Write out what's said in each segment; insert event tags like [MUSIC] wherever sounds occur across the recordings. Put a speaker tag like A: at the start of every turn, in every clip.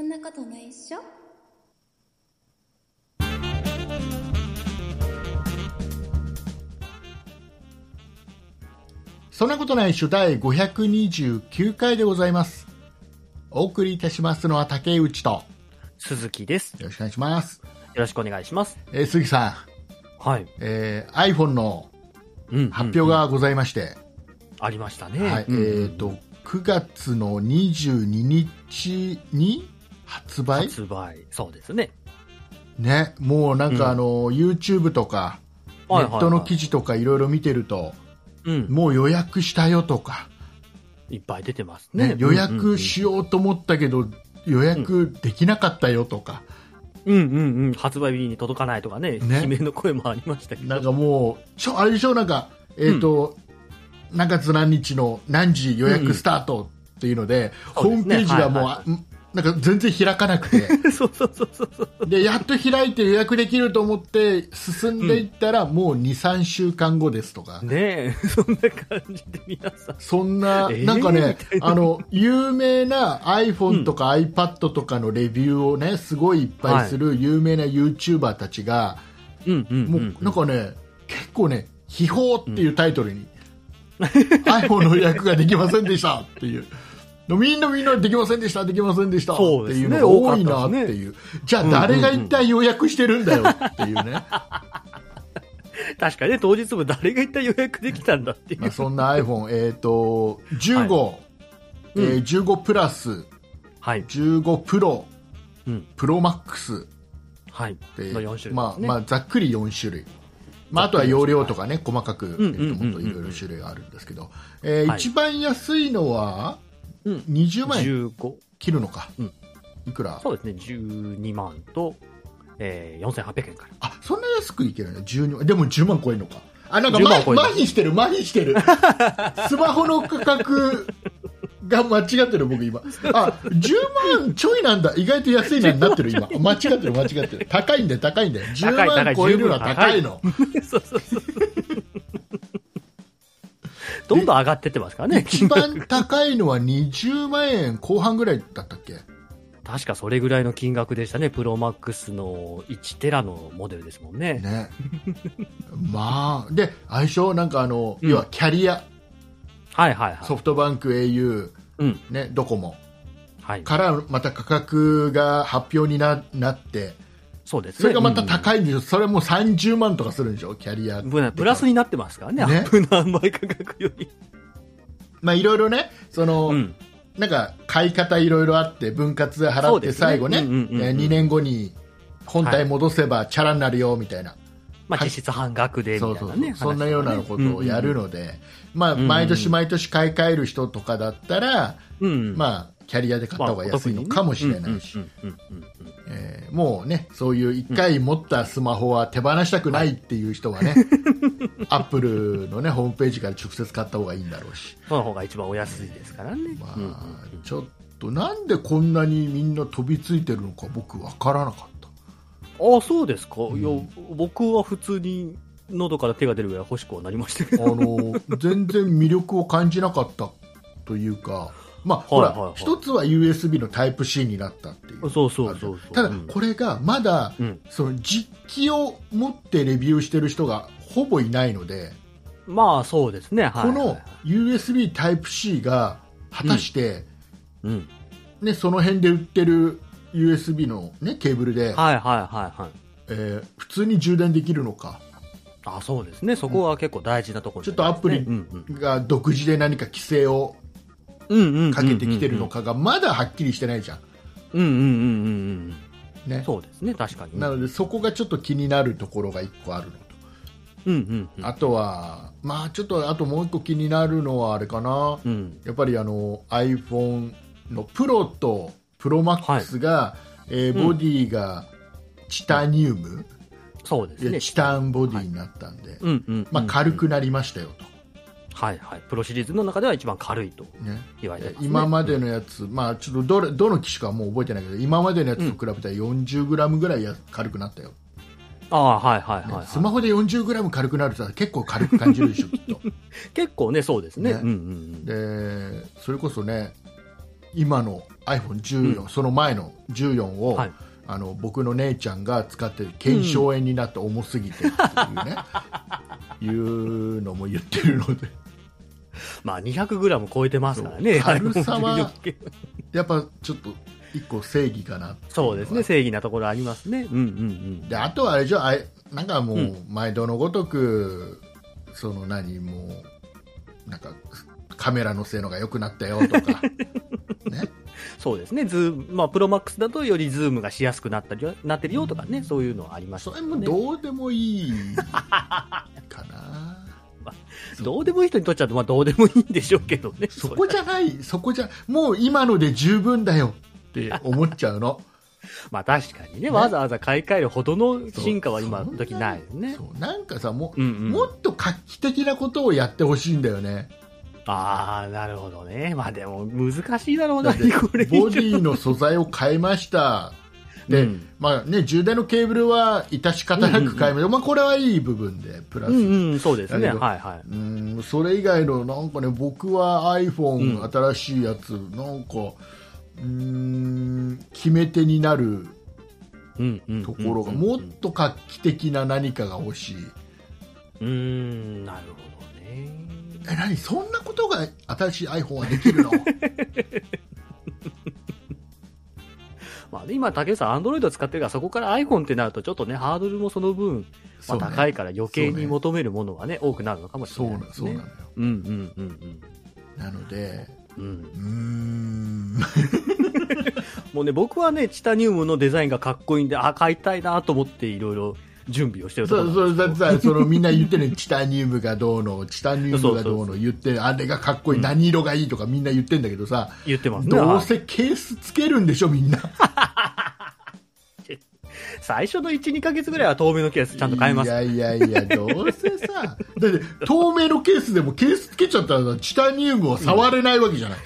A: んなことないっしょ
B: そんなことないっしょ第529回でございます。お送りいたしますのは竹内と、
C: 鈴木です。よ
B: よろしくお願いします。
C: ろしくお願いします。
B: えー杉さ
C: はい。
B: ん、えー iPhone の
C: うん
B: 発表がございまして、
C: ありましたね。
B: はい、え
C: うん
B: ーと、9月の22日に発売
C: 発売。そうですね。
B: ね、もうなん
C: う
B: か
C: ん
B: あの、YouTube とか、ネ
C: はいはいはい
B: ットの記事とかいろいろ見てると、
C: うん。
B: もう予約したよとか、
C: いっぱい出てますね
B: ね。、予約しようと思ったけど、予約できなかったよとか、
C: うんうんうんうんうん。発売日に届かないとかね。
B: ね
C: 悲鳴の声もありましたけど。
B: なんかもう、ちょ、あれでしょ、なんか、えっ、と、何月何日の何時予約スタートっていうので、
C: そう
B: ホーム
C: ですね
B: ページがもう、
C: はいはい
B: あなんか全然開かなく
C: [LAUGHS]
B: て、
C: そうそうそうそうそう。
B: で、やっと開いて予約できると思って進んでいったら、もう2、3週間後ですとか、
C: ねえ、そんな感じで皆さん。
B: そんな、
C: えー
B: なんかね
C: みたい、な
B: あの、有名な iPhone とか iPad とかのレビューをね、すごいいっぱいする有名な YouTuber たちが、
C: うんうんうん、
B: もうなんかね、結構ね、秘宝っていうタイトルに、iPhone の予約ができませんでしたっていう。みんなみんなできませんでした、できませんでしたって
C: そうです
B: い
C: ね
B: うのが多いなっていう。じゃあ誰が一体予約してるんだよっていうね。
C: 確かにね、当日も誰が一体予約できたんだっていう。
B: まあそんな iPhone、えっと、15、えー15プラス、
C: はい。
B: 15プロ、
C: うん。
B: プロマックス
C: はい。
B: で
C: の4種類、ね。
B: まあまあ、ざっくり4種類、まあ、あとは容量とかね細かく、え
C: ん
B: っともっと
C: うん
B: いろいろ種類があるんですけど、えー
C: はい
B: 一番安いのは
C: うん
B: 20万円
C: 15。
B: 切るのか、
C: うん
B: いくら
C: そうですね、12万と、えー、4800円から。
B: あそんな安くいけるの12万でも10万超えるのかあなんか、
C: 10
B: ま、
C: 万超える
B: 麻痺してる麻痺して
C: [LAUGHS]
B: るスマホの価格が間違ってる僕今あ10万ちょいなんだ意外と安いなになってる今間違ってる間違ってる高いんだよ高いんだよ10
C: 高い高
B: 万
C: い
B: 超えるのは
C: 10万
B: 高いの
C: そうそうそう。 [LAUGHS] どんどん上がってってますからね、
B: 一番高いのは20万円後半ぐらいだったっけ
C: 確かそれぐらいの金額でしたね、プロマックスの1テラのモデルですもんね。
B: ねまあで相性なんかあの、
C: うん
B: 要はキャリア
C: はいはいはい。
B: ソフトバンク au、
C: うん。
B: ね、ドコモ
C: はい。
B: からまた価格が発表にななって
C: そうですね。
B: それがまた
C: い。
B: 高いんでしょ、それもう30万とかするんでしょキャリア
C: ぶなプラスになってますからね、
B: ね
C: アップの販売価格より。
B: まあいろいろねその、
C: うん。
B: なんか買い方いろいろあって分割で払
C: そ
B: っ
C: う
B: て
C: ですね
B: 最後ねえ
C: うんうんうんうん
B: ー2年後に本体戻せばチャラになるよみたいな、
C: まあ
B: はい
C: 実質半額で、みた
B: そ
C: いう
B: そう
C: な
B: そう、
C: ね。
B: そんなようなことをやるので、まあ、
C: んうん
B: 毎年毎年買い替える人とかだったら、
C: うんうん。あ、
B: まあ、キャリアで買った方が安いのかもしれないし
C: う、んうんうんうんうん。
B: えーもうね、そういう一回持ったスマホは手放したくないっていう人は
C: [LAUGHS]
B: ね、アップルのね、ホームページから直接買った方がいいんだろうし、
C: その方が一番お安いですからね。
B: ま
C: うん
B: あ、ちょっと、なんでこんなにみんな飛びついてるのか僕わからなかった。
C: あそうですか、いや僕は普通に喉から手が出るぐらい欲しくはなりましたけ
B: あ
C: ど
B: の全然魅力を感じなかったというか、まあ
C: はいはい
B: ほ
C: は
B: ら
C: い
B: 一つは USB のタイプ C になったっていう
C: そうそうそうそう
B: ただ
C: うん
B: これがまだ、
C: うん
B: その実機を持ってレビューしてる人がほぼいないので、
C: まあそうですねは
B: こ
C: い
B: の USB タイプ C が果たして、
C: うん
B: ね、その辺で売ってる USB の、ね、ケーブルで、
C: はいはいはいはい
B: えー普通に充電できるのか
C: あそうですねそこは結構大事なところ
B: ちょっとアプリ
C: うんうん
B: が独自で何か規制を
C: うんうん
B: かけてきてるのかがまだはっきりしてないじゃん。
C: うんうんうんうんう
B: ね
C: ん、そうですね確かに
B: なのでそこがちょっと気になるところが1個あるのと、
C: うんうんうん
B: あとは、まあ、ちょっとあともう1個気になるのはあれかな、
C: うん
B: やっぱりあの iPhone のプロとプロマックスが、えー
C: うん
B: ボディがチタニウム、
C: そうです
B: い
C: ね
B: やチタンボディになったんで、
C: うんうんうんうん
B: まあ、軽くなりましたよと。
C: はいはいプロシリーズの中では一番軽いと
B: ね
C: 言われてますね
B: 今までのやつ、まあ、ちょっとどれどの機種かはもう覚えてないけど今までのやつと比べたら 40g ぐらいや軽くなったよ、
C: ああはいはい
B: ね
C: はい
B: ス
C: は
B: マホで 40g 軽くなると結構軽く感じるでしょきっと
C: い結構ねそうですね
B: ね
C: うんうんうん
B: でそれこそね今の iPhone14、その前の14を、
C: はい
B: あの僕の姉ちゃんが使ってる腱鞘炎になって重すぎてっていう
C: [LAUGHS]
B: ね、いうのも言ってるので
C: まあ 200g 超えてますからね
B: そう軽さは
C: iPhone 14
B: やっぱちょっと一個正義かなっていのは
C: [LAUGHS] そうですね正義なところありますねうんうんうん
B: であとはあれじゃあいなんかも
C: う
B: う毎度のごとく、その何もうなんかカメラの性能が良くなったよと
C: [LAUGHS]
B: かね
C: そうですねズームまあプロマックスだとよりズームがしやすくなったりなってるよとかねそういうのはあります
B: そ
C: よ
B: れ
C: ね
B: もどうでもいいかな
C: どうでもいい人にとっちゃうとまあどうでもいいんでしょうけどね
B: そこじゃないそこじゃもう今ので十分だよって思っちゃう
C: [LAUGHS]
B: の
C: まあ確かにねわざわざ買い替えるほどの進化は今
B: そう
C: 時ないよね
B: そうなんかさもう、
C: うんうん
B: もっと画期的なことをやってほしいんだよね
C: ああなるほどねまあでも難しいだろう
B: だ
C: な
B: って
C: これ
B: ボディの素材を変えましたで、
C: うん
B: まあね、充電のケーブルは致し方なく買いました、まあ、これはいい部分でプラス、
C: う
B: うん
C: うんそうですね
B: だけど
C: はいはい
B: んそれ以外のなんかね僕は iPhone、
C: うん
B: 新しいやつなんかうーん決め手になる
C: うんうんうん
B: ところが
C: うん
B: もっと画期的な何かが欲しい、
C: うーんなるほどね
B: え何そんなことが新しい iPhone はでき
C: [LAUGHS]
B: るの
C: まあね、今、竹内さん、アンドロイド使ってるから、そこから iPhone ってなると、ちょっとね、ハードルもその分、ま
B: そ
C: あ、
B: うね
C: 高いから余計
B: そう
C: に
B: ね
C: 求めるものがね、多くなるのかもし
B: そう
C: れな
B: ないの
C: です
B: そう
C: ね。
B: なのよ
C: うんうんうん
B: なので
C: うん。うん
B: うーん
C: もうね、僕はね、チタニウムのデザインがかっこいいんで、あ、買いたいなと思って、いろいろ準備をしてるとこ
B: そ
C: ろ
B: う
C: なん
B: そ
C: で
B: う
C: す
B: だってさ
C: けど
B: そのみんな言ってるねチタニウムがどうのチタニウムがど
C: そううそ
B: の言ってあれがかっこいい、何色がいいとかみんな言ってんだけどさ
C: 言ってますね。
B: どう
C: はい
B: せケースつけるんでしょみんな
C: 最初の1、2ヶ月ぐらいは透明のケースちゃんと買えます
B: い。やいやいやどうせさ [LAUGHS] だって透明のケースでもケースつけちゃったらチタニウムを触れないわけじゃ
C: [LAUGHS]
B: な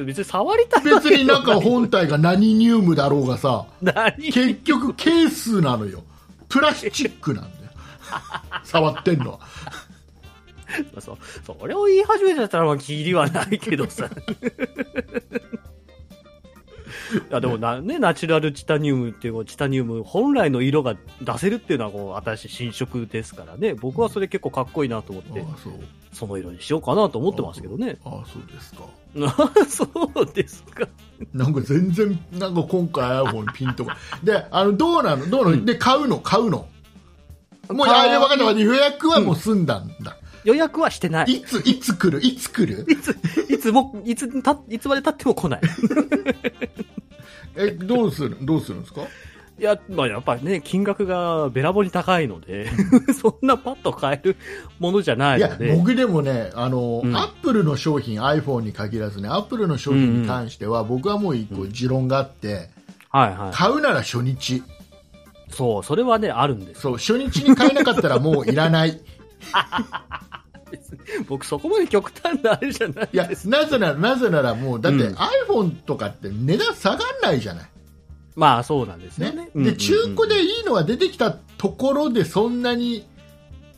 B: い、
C: 別に触りたいわ
B: 別
C: け
B: になんか本体が何ニウムだろうがさ
C: [LAUGHS] 何
B: 結局ケースなのよプラスチックなんだよ触ってんのは
C: そそれを言い始めちゃったらまあキリはないけどさ [LAUGHS] いやでもな、ね、ナチュラルチタニウムっていうチタニウム本来の色が出せるっていうのはこう新しい新色ですからね僕はそれ結構かっこいいなと思って、
B: ああそう
C: その色にしようかなと思ってますけどね
B: ああそうですか
C: [LAUGHS] そうですか
B: なんか全然なんか今回 iPhone ピンとかであのどうなのどうなの、
C: うん
B: で買うの買うのもう
C: 買う
B: あれ分かった分かった予約はもう済んだんだ、
C: 予約はしてない
B: いついつ来るいつ来る
C: いついつもいつたいつまでたっても来ない
B: えどうするどうするんですか
C: いや、まあ、やっぱりね、金額がべらぼうに高いので、 [LAUGHS] そんなパッと買えるものじゃない
B: いや
C: ので。
B: 僕でもねあの、
C: うん
B: アップルの商品 iPhone に限らずねアップルの商品に関しては、僕はもう一個持論があって
C: はいは
B: 買うなら初日
C: い。そう、それはね、あるんです。
B: そう初日に買えなかったらもういらない
C: 僕、そこまで極端なあれじゃない
B: [LAUGHS] いや
C: です。
B: なぜならなぜならもうだって、
C: うん
B: iPhone とかって値段下がんないじゃない
C: まあ、そうなんですよね
B: ね。、で中古
C: うんうんうん、
B: でいいのが出てきたところでそんなに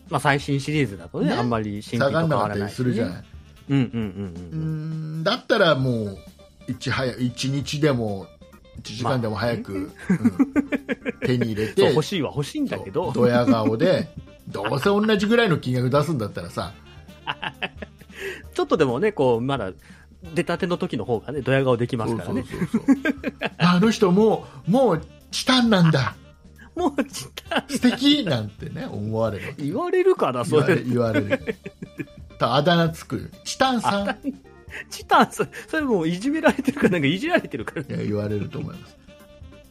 C: まあ、最新シリーズだとね、
B: ね
C: あんまり新
B: 下が
C: 品と
B: ん
C: 変
B: なか
C: わ
B: っ
C: ら
B: た
C: ない
B: り
C: しね
B: するじゃない、
C: うんうんう
B: う
C: んうん。
B: んだったらもういち早い一日でも1時間でも早く、うん手に入れて
C: [LAUGHS] そう、欲しいは欲しいんだけど、
B: ドヤ顔でどうせ同じぐらいの金額出すんだったらさ
C: ちょっとでもね、こう、まだ、出たての時の方がね、ドヤ顔できますからね。
B: そうそうそうそうあの人もうもうチタンなんだ
C: もう、ちった
B: 素敵なんてね [LAUGHS] 思われる
C: 言われるかな、
B: 言
C: そ
B: われ
C: れ。
B: 言われるたあだ名つくよチタンさん
C: チタン、それそれもういじめられてるかなんかいじられてるから。
B: いや言われると思います。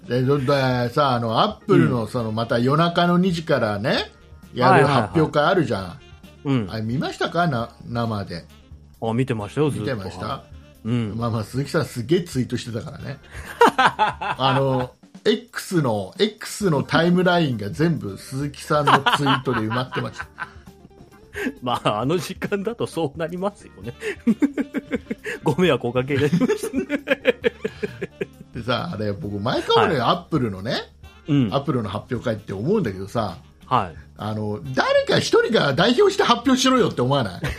B: でどでさあのアップルのそのまた夜中の2時からねや
C: はい
B: る
C: はいはい
B: 発表会あるじゃん、
C: うん。
B: あれ見ましたかな生で
C: あ、見てましたよ、ずっ
B: 見
C: と。
B: てました、
C: うん。
B: まあまあ鈴木さんすげえツイートしてたからね [LAUGHS] あの X の X のタイムラインが全部鈴木さんのツイートで埋まってました
C: まあ、あの時間だとそうなりますよね。 [LAUGHS] ご迷惑おかけになりました。
B: でさあれ僕毎回俺、アップルのね
C: うん。
B: アップルの発表会って思うんだけどさ
C: はい。
B: あの誰 [LAUGHS] か一人が代表して発表しろよって思わないだ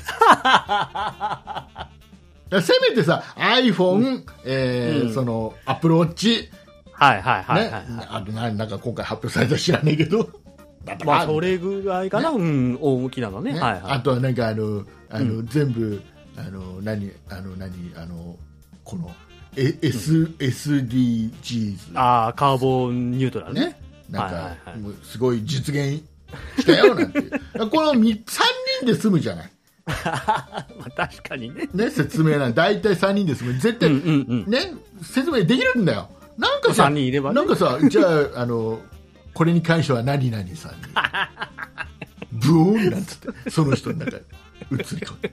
B: らせめてさ iPhone、えー
C: うん
B: そのアプローチ、
C: はいはい
B: ね
C: はいはいはい。
B: あとななんか今回発表されたか知らないけどだって
C: まあ、それぐらいかな、うん、大きなのね。
B: ね
C: はいは
B: [LAUGHS] あ
C: い。
B: とはなんかあのあの、
C: う
B: 全部あの何あの何あのこのえ S、SDGs
C: ああ、カーボンニュートラルね。
B: ね、なんか、
C: はいはいはい
B: もうすごい実現したよなんていう [LAUGHS] この3人で済むじゃない、
C: [LAUGHS] まあ、確かにね。
B: ね、説明なん大体3人で済む絶
C: うん
B: 対、
C: うんうん。
B: ね、説明できるんだよなんかさ
C: 3人いればね
B: なんかさじゃ
C: [LAUGHS]
B: ああのこれに関しては何々さんにブオーンなんつってその人の中に移り込む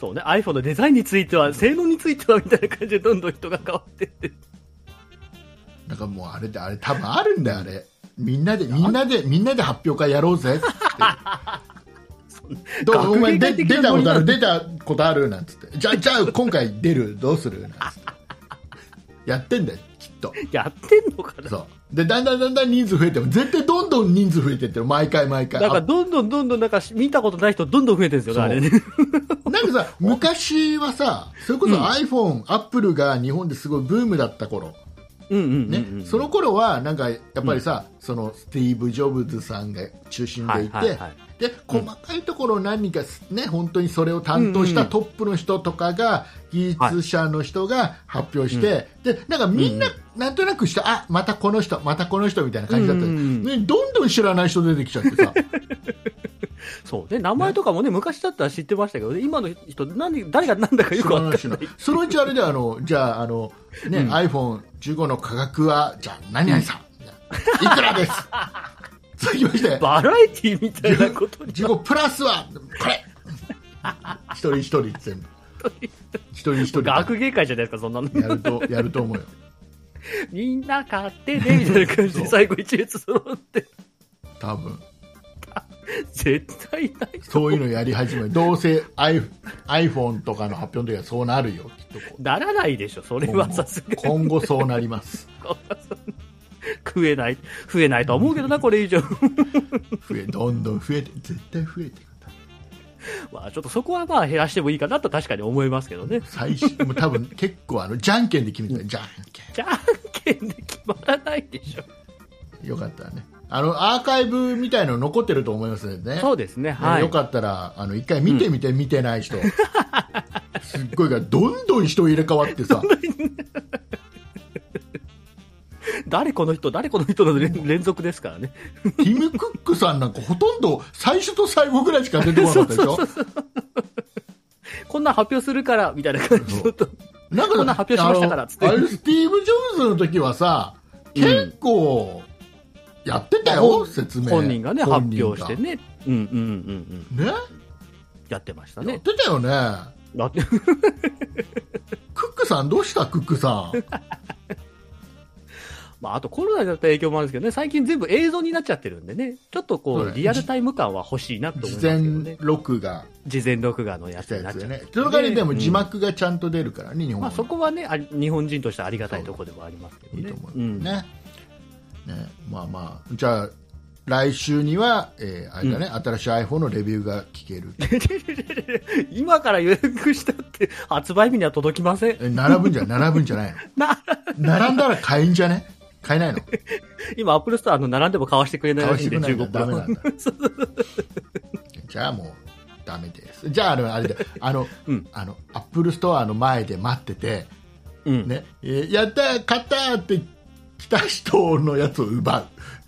C: そうね、iPhone のデザインについては、性能についてはみたいな感じで、どんどん人が変わってって。 [LAUGHS]
B: なんかもうあれであれ多分あるんだよあれみんなでみんなでみんなで発表会やろうぜってどうお前で
C: [LAUGHS] 学芸会的な
B: 出たことあ
C: ノ
B: る出たことあるなんつってじゃあじゃあ今回出るどうするなんつってやってんだよきっと
C: やってんのかな
B: そうでだんだんだんだん人数増えても絶対どんどん人数増えてってる毎回毎回
C: なんか、
B: あ
C: どんどんどんどん、なんか、見たことない人、どんどん増えてるんですよね、あれ [LAUGHS] ね。
B: なんかさ昔はさそれこそ
C: うん
B: iPhone、アップルが日本ですごいブームだった頃
C: うんうんうんう
B: ね
C: ん。
B: その頃はなんかやっぱりさ、そのスティーブ・ジョブズさんが中心でいて、
C: はいはいはい
B: で細かいところを何人か、ね、本当にそれを担当し
C: う
B: た
C: んうん
B: トップの人とかが、技術者の人が発表して、でなんかみんな、なんとなくしてあまたこの人またこの人みたいな感じだった、
C: うんうん
B: ね、どんどん知らない人出てきちゃって
C: [LAUGHS]
B: さ
C: そうね、名前とかもね、昔だったら知ってましたけどね、今の人、何誰が何だかよ
B: 知
C: くわ
B: ら
C: かん
B: な
C: ないい。
B: 人のそのうちあれであのじゃああの、ね iPhone15 の価格はじゃあ何々さん、いくらです
C: [LAUGHS]
B: 続きまして
C: バラエティみたいなことに。 [LAUGHS]
B: 自己プラスはこれ一人一人全部一人一人
C: 学芸会じゃないですか、そんなの。
B: やるとやると思うよ
C: みんな買ってね、みたいな感じ
B: そう
C: で最後一列揃って、
B: 多分
C: 絶対いない。
B: そういうのやり始めどうせ i- iPhone とかの発表の時はそうなるよきっとこう
C: ならないでしょ、それはさすがに。
B: 今後そうなります
C: 食えない、増えないとは思うけどな、これ以上。
B: 増えどんどん増えて絶対増えていく
C: まあ、ちょっとそこはまあ減らしてもいいかなと確かに思いますけどね。
B: 最初もう多分結構あのじゃんけんで決めてたじゃんけ
C: じゃんけんで決まらないでしょ。
B: んよかったらねあのアーカイブみたいの残ってると思いますのでね
C: そうですね、はい。
B: よかったらあの一回見てみて、見てない人すっごいからどんどん人入れ替わってさ
C: 誰この人、誰この人の連連続ですからね。
B: ティム・クックさんなんかほとんど最初と最後ぐらいしか出てこなかったで
C: [LAUGHS]
B: しょ
C: こんなん発表するから、みたいな感じのと。
B: なんか
C: こんなん発表しましたか
B: あ
C: ら
B: の
C: つって
B: あれスティーブ・ジョブズの時はさ結構やってたよ、
C: 本
B: 説明
C: 本人がね、発
B: 本人が
C: 表してね。うんうんうんうん。
B: ね
C: やってました
B: やっ
C: ね。
B: てたよね
C: だって、
B: クックさんどうしたクックさん
C: まあ、あとコロナだった影響もあるんですけどね、最近全部映像になっちゃってるんでね、ちょっとこ
B: そう
C: う、
B: ね
C: リアルタイム感は欲しい [LAUGHS] なと思い
B: 事
C: ますけど
B: 前
C: ね。
B: 録画
C: 事前録画のや
B: し
C: つ
B: た
C: にな
B: や
C: っ
B: つ
C: ちゃ
B: で
C: って
B: ね
C: るん
B: その代わりでも
C: うん
B: 字幕がちゃんと出るからね日本語
C: まあ、そこはね、あり日本人としてありがたいところでもありますけど
B: いい
C: ね。
B: と思う
C: う
B: ね,、
C: ん
B: ねまあまあじゃあ来週には、えーあれだね新しい iPhone のレビューが聞ける
C: 今から予約したって、発売日には届きません。
B: え並ぶんじゃ並ぶんじゃない
C: な
B: の並んだら買えんじゃね買えないの
C: [LAUGHS] 今、アップルストアの並んでも買わしてくれない
B: 買わ
C: ら
B: し
C: しい
B: て
C: んで、
B: くれないからダ
C: 15
B: メな
C: 分。
B: んだじゃあもうダメですじゃああのあれであの、
C: うん
B: あのアップルストアの前で待ってて、
C: うん。
B: ねえーやったー買ったーって来た人のやつを奪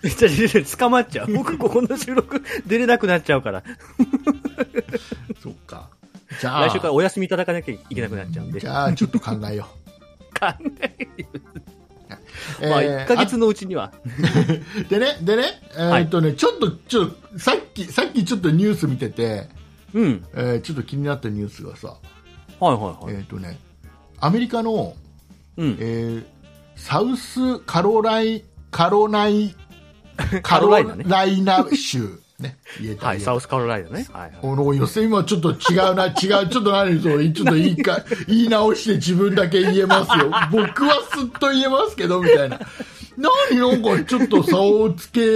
B: う
C: じゃあ、じゃあ捕まっちゃ
B: [LAUGHS]
C: う。僕、ここの収録出れなくなっちゃうから、
B: そっかじゃあ
C: 来週からお休みいただかなきゃいけなくなっちゃうんで
B: じ。ゃあちょっと考えよ
C: [LAUGHS] 考え
B: う、
C: まあ、
B: えー
C: 1ヶ月のうちには。
B: でね、でね、え
C: い
B: ーっとね、ちょっと、ちょっと、さっき、さっきちょっとニュース見てて、
C: うん。
B: えーちょっと気になったニュースがさ、
C: はいはい
B: え
C: は
B: ー
C: い。
B: っとね、アメリカの、
C: うん。
B: えーサウスカロライ、カロナ
C: [LAUGHS]
B: イ、カ
C: ロライナね
B: ロライナ州、ね、言えた。
C: はい、
B: 言え
C: サ
B: た
C: ウスカロライナね。はいはい。
B: この予選はちょっと違うな、違う、 [LAUGHS] ちょっと何それ、ちょっと言い
C: [LAUGHS]
B: か、言い直して自分だけ言えますよ。僕はすっと言えますけど、みたいな。何なんかちょっと差をつけっ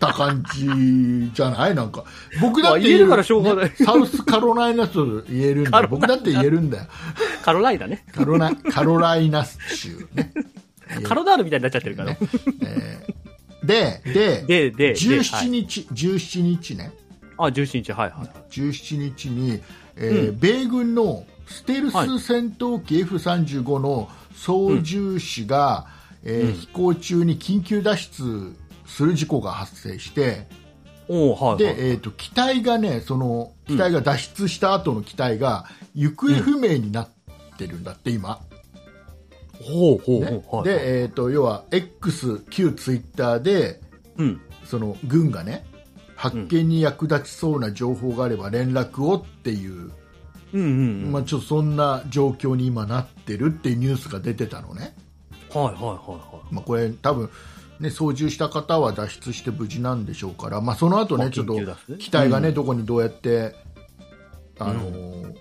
B: た感じじゃないなんか僕だって
C: まあ言えるからしょうがない
B: ねサウスカロライナ州言えるんだよ僕だって言えるんだよ
C: カロライナね。
B: カロラカロライナ州ね
C: カロナールみたいになっちゃってるから。
B: えーでで
C: で、で、で、は
B: 17
C: い、
B: 日、17日ね
C: あ、17日、はいはい。
B: 17日に、えー米軍のステルス戦闘機 F35 の操縦士が、えー飛行中に緊急脱出する事故が発生して、
C: おおはい、はい。
B: で、えー、と機体がねその機体が脱出した後の機体が行方不明になってるんだって今、
C: ほうほう
B: ね
C: ほう、はい。
B: で、えー、と要は X 旧ツイッターで
C: うん。
B: その軍がね発見に役立ちそうな情報があれば連絡をっていう、
C: うんうんうん。
B: まあ、ちょっとそんな状況に今なってるっていうニュースが出てたのね、
C: はいはいはいはい。
B: まあ、これ多分ね操縦した方は脱出して無事なんでしょうから、まあ、その後
C: まあ
B: ねちょっと
C: 緊急脱出
B: 機体がね、どこにどうやってあのー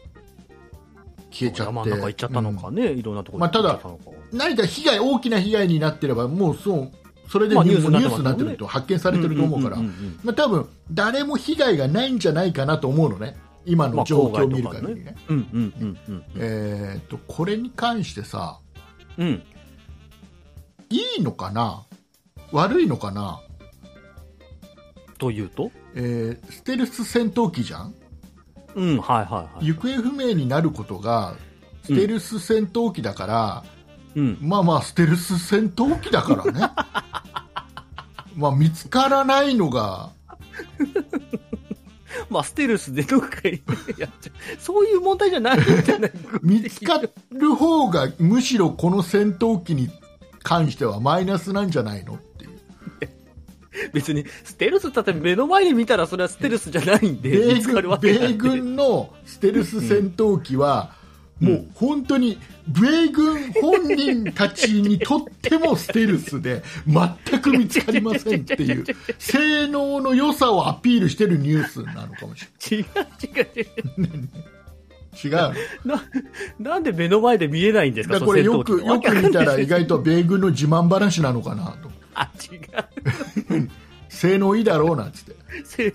B: 消えちゃっ
C: 山
B: て
C: の中行っちゃったのかね、いろんなところ
B: まあただうん何か被害大きな被害になってればもうそうそれでニュース,、
C: まあニ
B: ニュー
C: ュース
B: ス
C: に
B: に
C: な
B: な
C: っ
B: ってて
C: ますもんね
B: ると発見されてると思うから、
C: んんん
B: まあ、多分誰も被害がないんじゃないかなと思うのね、今
C: ま
B: の
C: あ
B: 状況を見る限りね。
C: うんうんうんうんうん
B: えー、とこれに関してさ、
C: うん
B: いいのかな、悪いのかな、
C: というと
B: えーステルス戦闘機じゃん、
C: うんはいはいはい
B: 行方不明になることが、ステルス戦闘機だから、
C: うん
B: まあまあ、ステルス戦闘機だから
C: [LAUGHS]
B: ね、まあ見つからないのが、
C: まあステルスでどっかにやっちゃうそういう問題じゃないんじゃない [LAUGHS]
B: 見つかる方が、むしろこの戦闘機に関してはマイナスなんじゃないのっていう。
C: 別にステルスだって目の前に見たらそれはステルスじゃないんで見
B: 米
C: つかるわ
B: 軍
C: けない
B: 米
C: [LAUGHS]
B: 軍のステルス戦闘機は、もう本当に米軍本人たちにとってもステルスで全く見つかりませんっていう性能の良さをアピールしてるニュースなのかもし
C: 違う違う違う
B: れない違う
C: ななんで目の前で見えないんです
B: だ
C: か
B: からこれ
C: その
B: よ
C: 戦闘
B: く
C: 機
B: よく見たら意外と米軍の自慢話なのかなと
C: あ違う [LAUGHS]
B: 性能いいだろうなっつって
C: せい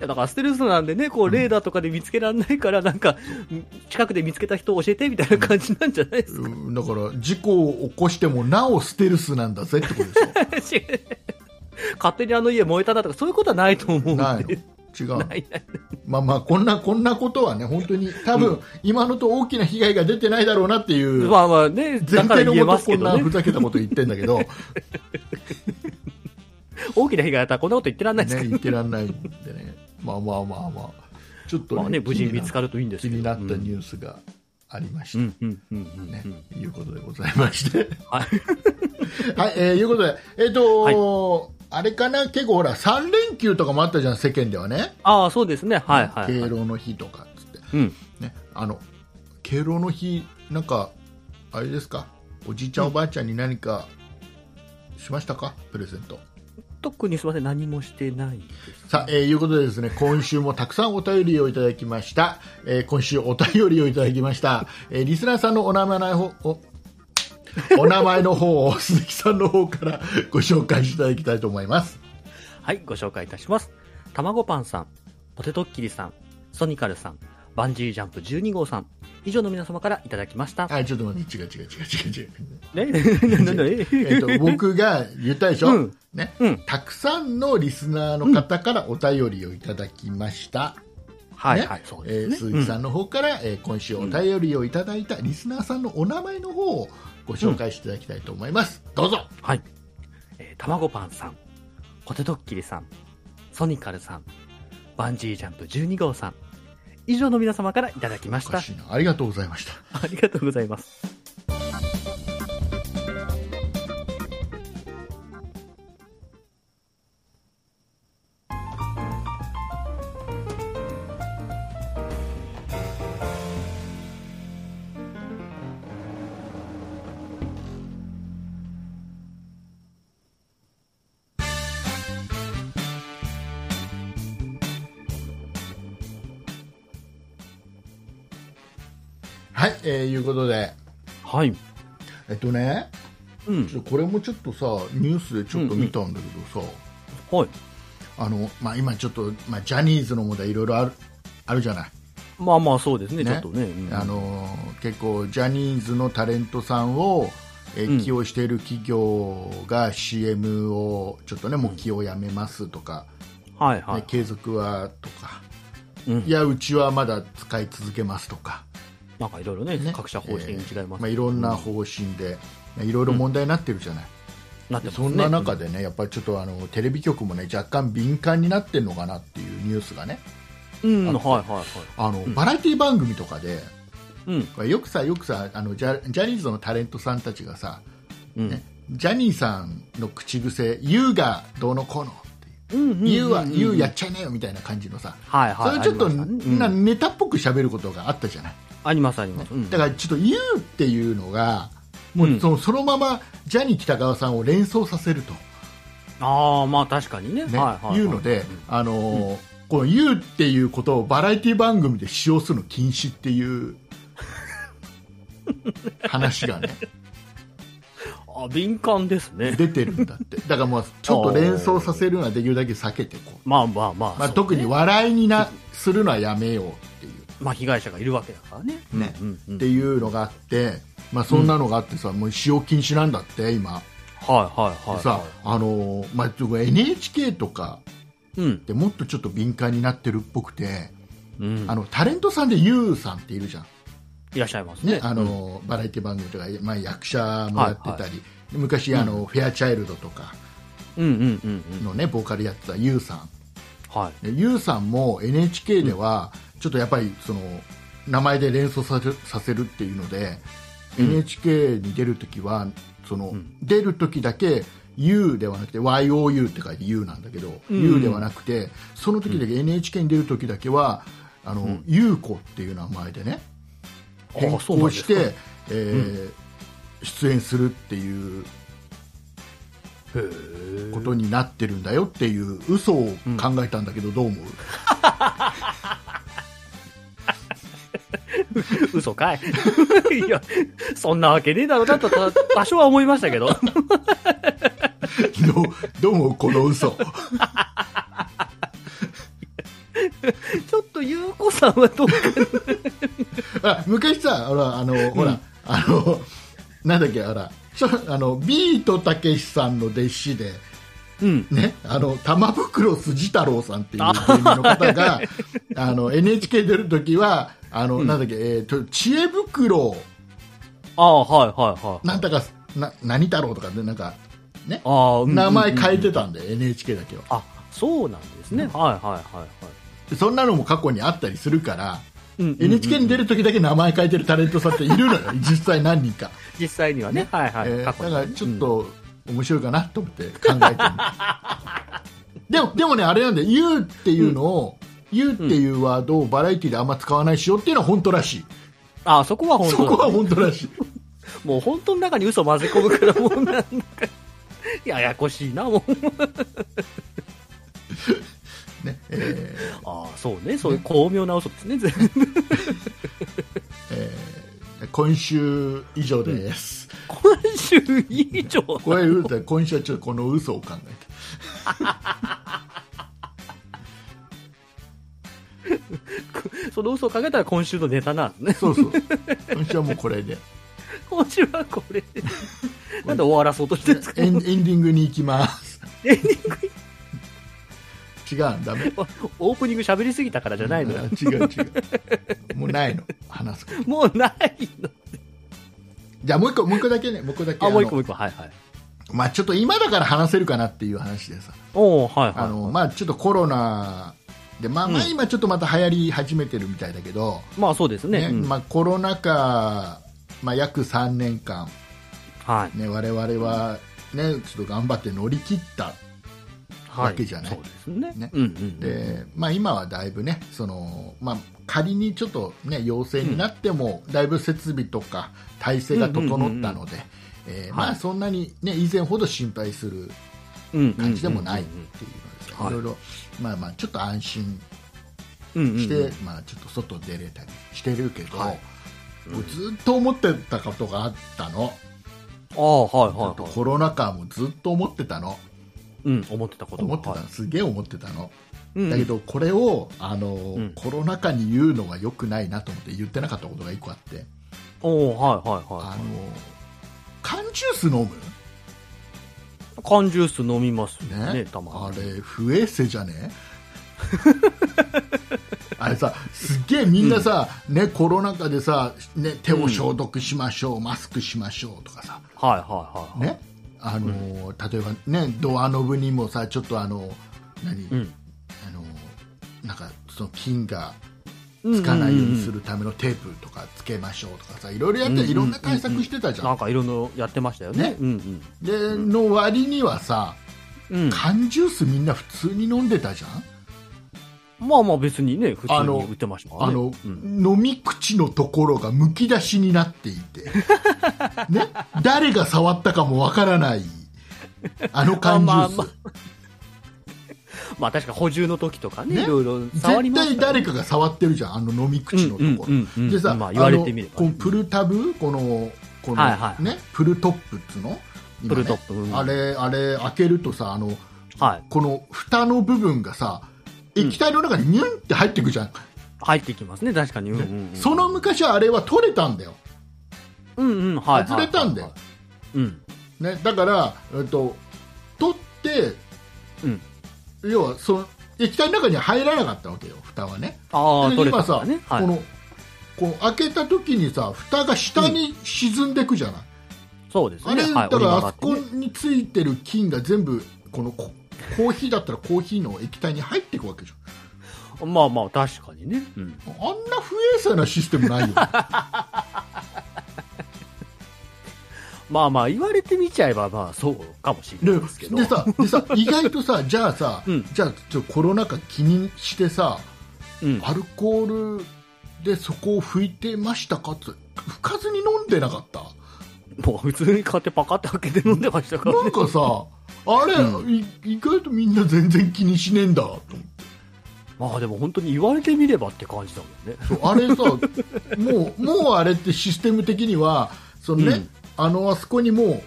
C: やだからステルスなんでね、こうレーダーとかで見つけられないから、なんか、近くで見つけた人を教えてみたいな感じなんじゃないですか、 [LAUGHS]
B: うんだから事故を起こしてもなおステルスなんだぜってことでし
C: 勝手にあの家燃えたなとか、そういうことはないと思うんで、
B: ょ
C: な
B: ない
C: い
B: の違うの
C: ない
B: まあまあこんなこんなことはね本当に多分今のと大きな被害が出てないだろうなっていう
C: [LAUGHS] まあまあね、
B: 前
C: だか
B: 提
C: ら
B: の
C: 言え
B: も
C: ま
B: と
C: す
B: こ
C: け
B: んな
C: ど
B: ふ
C: ね、
B: ざけたこと言ってんだけ
C: [LAUGHS]
B: どね
C: 大きな被害だったらこんなこと言ってらんないですから、
B: 言ってらんないんでねまあまあまあまあちょっと
C: まあね、無事見つか
B: る
C: るといいんです
B: 気
C: けど。
B: になった
C: うん
B: ニュースがありまし
C: う
B: た
C: んうんうんうん
B: ね
C: うん
B: いうことでございまして [LAUGHS]
C: はい
B: はいえーいうことでえっ、とあれかな結構ほら3連休とかもあったじゃん世間ではね
C: ああ、そうですね、はいはい、
B: 敬
C: はい。
B: 老の日とかっつって
C: うん、
B: ね、あの敬老の日なんかあれですかおじいちゃん、おばあちゃんに何かしましたかプレゼント
C: 特にすみません、何もしてないです。
B: さあ、えーいうことでですね今週もたくさんお便りをいただきました、えー今週お便りをいただきました、えーリスナーさんのお名前の方おお名前の方を [LAUGHS] 鈴木さんの方からご紹介していただきたいと思います
C: はい、ご紹介いたします。たまごパンさん、ポテトッキリさん、ソニカルさん、バンジージャンプ12号さん、以上の皆様からいただきました。
B: あちょっと待って違う違う違う違う違う
C: ね、 [LAUGHS] なんだね
B: [LAUGHS] え
C: [LAUGHS]
B: っと僕が言ったでしょ、
C: うん
B: ね
C: うん
B: たくさんのリスナーの方からお便りをいただきました、
C: はい
B: ね
C: はい、そう
B: え
C: です
B: ー鈴
C: ね。
B: 木さんの方から、えー今週お便りをいただいたリスナーさんのお名前の方をご紹介していただきたいと思います、どうぞ
C: はい。えー、たまごパンさん、ポテトッキリさん、ソニカルさん、バンジージャンプ12号さん、以上の皆様からいただきまし
B: お
C: た
B: か。しいなありがとうございました
C: ありがとうございます。
B: はい、えーいうことで
C: はい。
B: えっとね
C: うん
B: ち。ょっとこれもちょっとさニュースでちょっと見たんだけどさ、
C: はい。
B: あの、まあ、今ちょっと、まあ、ジャニーズの問題いろいろあるあるじゃない、
C: まあまあそうですね、
B: ね
C: ちょっとね。うん
B: あの結構ジャニーズのタレントさんを、え
C: うん
B: 起用している企業が CM をちょっとねもう起用やめますとか、
C: はい
B: ね
C: はい。
B: 継続はとか
C: うん
B: いやうちはまだ使い続けますとか、
C: なんかいろいろね
B: ね
C: 各社方針違います、
B: えーまあ、いろんな方針で、いろいろ問題になってるじゃない、
C: なってます
B: そ
C: ね
B: んな中でねやっぱりちょっとあのテレビ局もね若干敏感になってるのかなっていうニュースがね
C: うん、はいはいはい。
B: あの、
C: うん
B: バラエティ番組とかで
C: うん。
B: よくさよくさあのジャジャニーズのタレントさんたちがさ
C: うん。
B: ねジャニーさんの口癖「YOU がどうのこうの」っていう
C: うん
B: 「YOU は YOU やっちゃいなよ」みたいな感じのさ
C: はい
B: そ
C: はい。
B: れちょっと
C: ありましたね
B: な
C: うん
B: ネタっぽく喋ることがあったじゃない
C: ありますあります。うん
B: だからちょっと「YOU」っていうのがも
C: う
B: うんそのそのままジャニー喜多川さんを連想させると。
C: ああ、まあ確かにね。
B: ね
C: はいはいはい
B: いうので、あのーこの「言う」っていうことをバラエティ番組で使用するの禁止って
C: [LAUGHS]
B: いう話がね
C: あ、敏感ですね。
B: 出てるんだってだからもうちょっと連想させるのはできるだけ避けてこう、
C: まあまあまあ。
B: まあ、
C: そう
B: 特に
C: ね
B: 笑いになするのはやめようっていう
C: まあ被害者がいるわけだからね。
B: ね
C: うんうんうん
B: っていうのがあって、まあ、そんなのがあってさ、もう使用禁止なんだって今
C: はいはいはい。
B: でさ、あのーまあ、ちょっと NHK とか
C: うん
B: っ。てもっとちょっと敏感になってるっぽくて
C: うん
B: あのタレントさんで YOU さんっているじゃん
C: いらっしゃいますね
B: ね。あのバラエティ番組とか、まあ、役者もやってたり、
C: はいは
B: 昔あの、フェアチャイルドとか
C: うんうんうんうん。
B: の、ね、ボーカルやってた YOU さん
C: はい。
B: で YOU さんも NHK では、ちょっとやっぱりその名前で連想させるさせるっていうので、NHK に出るときはその、
C: ん
B: 出るときだけ U ではなくて YOU って書いて U なんだけど、
C: うん
B: U ではなくてその時だけ NHK に出るときだけはあの、優子っていう名前でね、変
C: あそうな
B: 更
C: んで
B: し
C: すか
B: て、えー出演するっていうことになってるんだよっていう嘘を考えたんだけど、どう思う
C: 嘘かい [LAUGHS] いや、そんなわけねえだろうなと、た多少は思いましたけど。
B: [LAUGHS] どうどう思うこの嘘
C: ちょっと、ゆうこさんはどうか
B: [LAUGHS] あ昔さほらあの、ほ
C: うん
B: らあのなんだっけほらちょあのビートたけしさんの弟子で
C: うん。
B: ねあの玉袋筋太郎さんっていう芸人の方があの NHK 出る時はあの、なんだっけ、えーと知恵袋
C: ああ、はいはいはい。
B: なんだかな何太郎とかでなんかね
C: ああ、うんうんうん
B: 名前変えてたんで、NHK だけは
C: あ、そうなんですね。はいはいはいはい。
B: でそんなのも過去にあったりするから、
C: うんうんうん
B: NHK に出る時だけ名前変えてるタレントさんっているのよ実際何人か、
C: 実際にはね、はいはい。
B: えーだ
C: 過去
B: か
C: に
B: らちょっと面白いかなと思って考え
C: [LAUGHS]
B: てるでもでもねあれなんで YOU っていうのを、YOU っていうワードをバラエティであんま使わないしようっていうのは本当らしい
C: ああ、そこは本
B: そ
C: 当
B: こ
C: だ
B: は本当ら
C: [LAUGHS]
B: しい
C: もう本当の中に嘘混ぜ込むから、もうなんか、ややこしいな、もう。
B: ね、えー
C: ああ、そうね。そういう巧妙な嘘ですね。全部
B: えー今週以上です、
C: 今週以上。
B: これ言うたら今週はちょっとこの嘘を考えて
C: その嘘をかけたら今週のネタなんですね。
B: そうそう。今週はもうこれで。
C: 今週はこれ。なんで終わらそうとしてるんですか
B: エンエンディングに行きます。
C: エンディン
B: 違う、ダメ。
C: グ、オープニング喋りすぎたからじゃないのよ。
B: 違う違う。もうないの。話すこと。
C: もうないの。
B: じゃあもう一個、もう一個だけね、もう一個だけ。
C: あ、もう一個も
B: の
C: う一個。はいはい。
B: まあちょっと今だから話せるかなっていう話でさ。
C: おおはいはい。
B: あの、まあちょっとコロナで、まあまあ
C: うん
B: 今ちょっとまた流行り始めてるみたいだけど、
C: まあそうですね。
B: ね、
C: うん
B: まあコロナ禍、まあ約3年間、
C: はい。
B: ね、我々はね、ちょっと頑張って乗り切った
C: はい。
B: わけじゃない
C: そうですね。
B: ね
C: うんうん。
B: でまあ、今はだいぶねその、まあ、仮にちょっと、ね、陽性になっても、だいぶ設備とか体制が整ったのでえーま
C: は
B: あ
C: い
B: そんなに、ね、以前ほど心配する
C: うん
B: 感じでもないっ
C: うん
B: ていうのですね、
C: はい
B: いろいろ、まあ、まあちょっと安心
C: うんうんうん
B: して、
C: うんうん
B: まあ、ちょっと外出れたりしてるけど、
C: はい
B: もうずっと思ってたことがあったの、
C: ああ、はい
B: ちょっ
C: は
B: と
C: いはい。
B: コロナ禍もずっと思ってたの。
C: うん、思ってたこと
B: 思ってた、すげえ思ってたの、
C: うん
B: だけどこれをあの、
C: ん
B: コロナ禍に言うのはよくないなと思って言ってなかったことが一個あって
C: おーはいはい
B: あ
C: は
B: の缶ジュース飲む
C: い。缶ジュース飲みますね、
B: ね
C: た
B: あ
C: まに。
B: れ不衛生じゃね [LAUGHS] あれさすっげえみんなさ、ね、コロナ禍でさ、ね、手を消毒しましょう、マスクしましょうとかさ、
C: はいはいはい。。
B: ねあのー例えば、ね、ドアノブにもさちょっとあの何、
C: うん。
B: あのなんかその菌がつかないようにす
C: んんん
B: るためのテープとかつけましょうとかさいろいろやって
C: うんうん
B: いろんな対策してたじ
C: うん。
B: ゃ
C: なんん。かいろいろやってましたよね。
B: ね
C: うん
B: での割にはさ
C: うん。うん。
B: 缶ジュースみんな普通に飲んでたじゃん。
C: まあまあ別にね、普通
B: あの
C: に売ってましたから
B: あ
C: ね。
B: の
C: うん
B: 飲み口のところがむき出しになっていて、
C: [LAUGHS]
B: ね、誰が触ったかもわからないあの缶ジュース、
C: まあままあ確か補充の時とかね、
B: ね
C: いろいろ触
B: 絶
C: り
B: 対
C: ましたよね
B: 誰かが触ってるじゃんあの飲み口のところ。
C: うんうんうんうん
B: でさ、
C: まあ言われてみれ
B: あ
C: ば
B: のこのプルタブこのこの、
C: はいはい
B: ねプルトップっつうの今ね
C: プルトップうん
B: あれあれ開けるとさあの
C: はい。
B: この蓋の部分がさ液体の中にニュンって入ってくじゃん、
C: 入ってきますね、確かに。うんうんうん。
B: その昔はあれは取れたんだよ、
C: うんうん、はいはい。
B: 外れたんだよ。
C: うん。
B: ね、だから、えっと、取って
C: うん。
B: 要はその液体の中には入らなかったわけよ蓋はね
C: ああ、
B: で
C: 取れた
B: 今さ、
C: んだね。はい
B: このこう開けた時にさ蓋が下に沈んでくじゃない、
C: そうです
B: あれ、
C: ね。はい、
B: だからあ
C: 折り曲が
B: そ
C: って
B: こ
C: ね
B: についてる菌が全部このココーヒーだったらコーヒーの液体に入っていくわけじゃ
C: まあまあ、確かにね。うん。
B: んあんな不衛生なシステム
C: [LAUGHS]
B: ないよ
C: まあまあ、言われてみちゃえば、まあ、そうかもし
B: で
C: れないですけど。
B: でさでさ意外とさじゃあさ、
C: うん
B: じゃあちょっとコロナ禍気にしてさ
C: うん。
B: アルコールでそこを拭いてましたかって拭かずに飲んでなかった
C: もう普通に買ってパカって開けて飲んでましたから
B: なん
C: ね。
B: かさあれ、
C: う
B: い意外とみんな全然気にしねえんだと思って
C: まあでも本当に言われてみればって感じだもんね。
B: あ
C: [LAUGHS]
B: れさもうもうあれってシステム的にはその、ね
C: うん
B: あのあそこにもう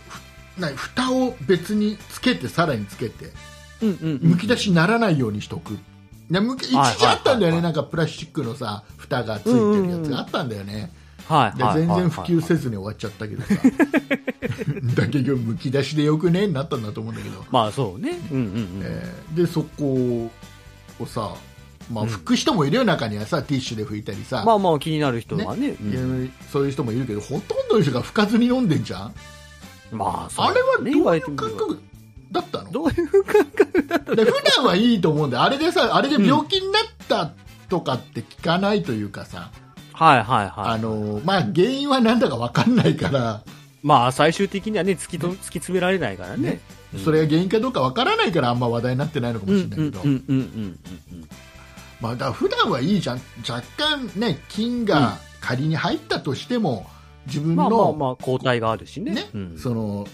B: ふな蓋を別につけてさらにつけて
C: うんうん、うん。
B: むき出しにならないようにしとく。ね、むき一
C: はいはいはいはい
B: 時あったんだよね、なんかプラスチックのさ蓋がついてるやつがあったんだよね、
C: はい
B: で
C: はいはいはい。
B: 全然普及せずに終わっちゃったけ
C: [LAUGHS]
B: どさだけどむき出しでよくねになったんだと思うんだけど、
C: まあそうね。うんうんうん。
B: えーでそこをさ、まあ、
C: うん
B: 拭く人もいるよ中にはさティッシュで拭いたりさ、
C: まあまあ気になる人はね。う
B: いや
C: ん
B: そういう人もいるけどほとんどの人が吹かずに飲んでんじゃん
C: まあそう、
B: あれはどう
C: 言わ
B: い
C: れて
B: う
C: みれば
B: 感覚だったの
C: どういう感覚だった
B: で普段はいいと思うんであれでさあれで病気になったとかって聞かないというかさ、
C: はいはいは
B: あ
C: い。
B: のまあ、原因は何だか分かんないから、
C: まあ最終的にはね、突きと突き詰められないからね。
B: ねそれが原因かどうか分からないからあんま話題になってないのかも
C: うん
B: し
C: う
B: れ
C: ん
B: な
C: う
B: いけ
C: ん
B: ど、
C: うんうんうん。
B: まあ、だから普段はいいじゃん若干、ね、菌が仮に入ったとしても自分
C: まあまあま
B: の,、
C: あ抗体があるしね。
B: ね
C: うん、
B: その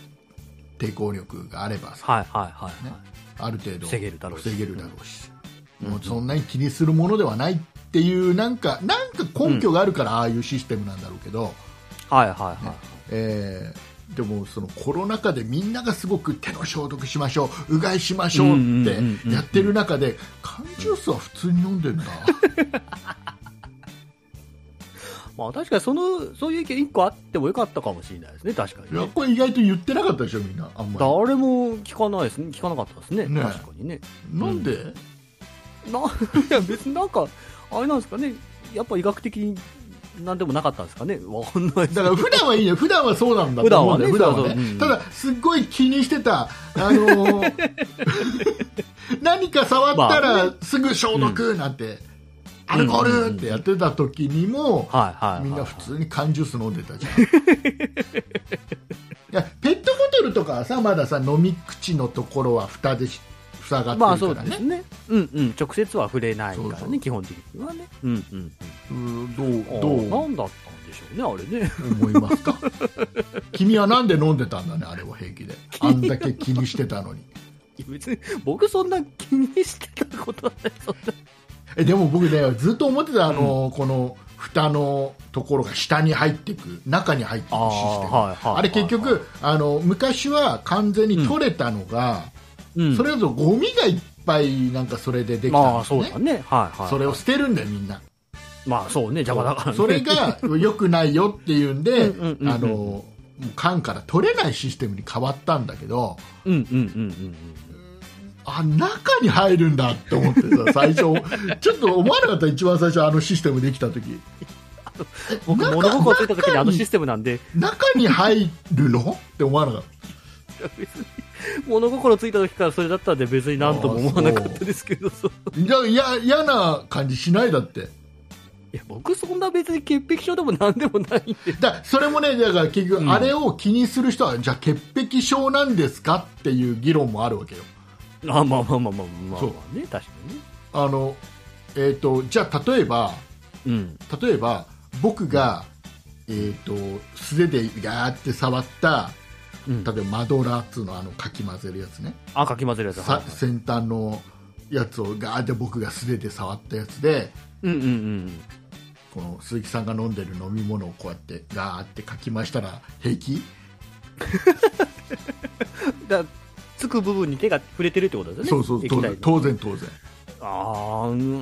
B: 抵抗力があればさ
C: はいはいはい、
B: ね
C: はい。
B: ある程度
C: 防げるだろうし
B: 防げるだろうし
C: うん
B: もうそんなに気にするものではないっていうなんかなんか根拠があるからああいうシステムなんだろうけど、
C: はいはいはい。
B: えーでもそのコロナ禍でみんながすごく手の消毒しましょううがいしましょう
C: うん
B: っ
C: うんうんうん
B: てやってる中で缶ジュースは普通に飲ん
C: [LAUGHS]
B: でんだ
C: まあ確かにその、そういう意見一個あってもよかったかもしれないですね、確か
B: い
C: に、
B: や
C: ね。
B: これ意外と言ってなかったでしょみんなあんまり
C: 誰も聞かないですね、聞かなかったですね、
B: ね
C: 確かにね。
B: なんで、
C: な、 [LAUGHS] いや別になんか、あれなんですかね、やっぱ医学的になんでもなかったんですかね、わかんないです
B: だから普段はいいね普段はそうなんだと思うんだよ
C: 普
B: 普
C: 段
B: 段
C: はね
B: は
C: そうそうう
B: ね
C: ん
B: ただすっごい気にしてたあの
C: [LAUGHS]
B: ー何か触った
C: まあ
B: らすぐ消毒なんて、アルコールってやってた時にも、
C: はいはいはい。
B: みんな普通に缶ジュース飲んでた
C: [LAUGHS]
B: じゃんいやペットボトルとかはさまださ飲み口のところは蓋でし塞が
C: まあ
B: って
C: そ
B: る
C: う
B: か
C: で
B: ら
C: す
B: ね、
C: ね。うんうん。直接は触れないからね、
B: そうそう
C: 基本的にはね。うんうん。
B: うんどう
C: あー
B: どう
C: なんだったんでしょうね、あれね。
B: 思います
C: [LAUGHS]
B: か君はなんで飲んでたんだねあれを平気であんだけ気にしてたのに
C: いや別に、僕そんな気にしてたことはない。そんな
B: えでも僕ねずっと思ってたあの、この蓋のところが下に入っていく中に入っていくシステム
C: あー
B: あ,、
C: はいはいはい
B: れ結局あの昔は完全に取れたのが、
C: うん
B: それだとゴミがいっぱいなんかそれでできたん
C: ま
B: で
C: あ
B: すね
C: そうだね。はいはい。
B: それを捨てるんだよみんな
C: まあそうね、邪魔だからね。
B: それが良くないよっていうんで
C: [LAUGHS] うんうんうんうん
B: あのもう缶から取れないシステムに変わったんだけど
C: うんうんうんうん
B: あ中に入るんだって
C: [LAUGHS]
B: 思ってさ最初ちょっと思わなかった一番最初あのシステムできた時
C: うん。僕、
B: 中
C: 物心ついた時に
B: 中に
C: あのシステムなんで、
B: 中に入るのって思わなかった
C: 物心ついた時からそれだったんで別になんとも思わなかったです [LAUGHS] けど、そう
B: いやいや嫌な感じしないだって
C: いや、僕そんな別に潔癖症でもなんでもないんで。
B: だそれもねだから結
C: う
B: 局
C: ん
B: あれを気にする人は、じゃあ潔癖症なんですかっていう議論もあるわけよ
C: あ、まあまあまあまあまあ
B: そう
C: まあね、確かにね。
B: あの、えー、とじゃあ例えば
C: うん。
B: 例えば僕が、えー、と素手でガーって触った
C: うん
B: 例えばマドラーっつうのあのかき混ぜるやつね、
C: あ、かき混ぜるやつ。
B: さ
C: はいはい
B: 先端のやつをガーって僕が素手で触ったやつで
C: うんうんうん。
B: この鈴木さんが飲んでる飲み物をこうやってガーってかきましたら平気
C: だつく部分に手が触れてるってことですよね。
B: そうそう
C: 液
B: 当
C: 体
B: 然当然
C: に
B: 当然
C: ああ、うん [LAUGHS]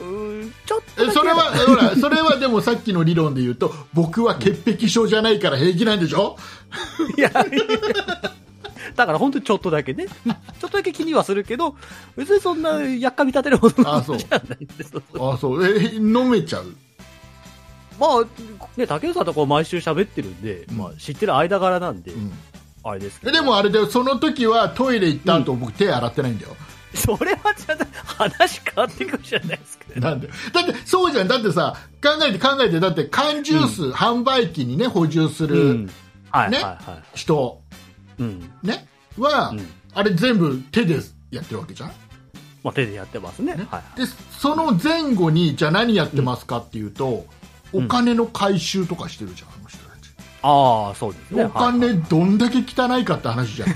C: うん。ちょっとだ
B: え
C: け。
B: それはほらそれはでもさっきの理論で言うと僕は潔癖症じゃないから平気なんでしょ
C: いや、いやだから本当にちょっとだけ
B: [LAUGHS]
C: ね。ちょっとだけ気にはするけど、別にそんなやっかみ立てるほどの
B: あそう
C: じゃないんです。
B: あそうえ飲めちゃう
C: まあ、ね、竹内さんとこう毎週喋ってるんで、
B: うん
C: まあ知ってる間柄なんで、
B: うん
C: あれですけ
B: えで
C: ど。
B: もあれだよその時はトイレ行った後、僕手洗ってないんだよ
C: それはじゃあ話変わってくるじゃないですか。
B: なんでだってそうじゃんだってさ考えて考えてだって缶ジュース、販売機にね補充す
C: う
B: る
C: ん。はい
B: ね
C: はいは
B: 人、
C: い。うん。
B: ねは、
C: うん
B: あれ全部手でやってるわけじゃん
C: まあ手でやってますね。はい
B: ね
C: はい。
B: でその前後にじゃあ何やってますかっていうと、
C: うん
B: お金の回収とかしてるじゃんあの人たち
C: ああ、そうですね。
B: お
C: はい
B: 金
C: はい
B: どんだけ汚いかって話じ
C: [LAUGHS]
B: ゃん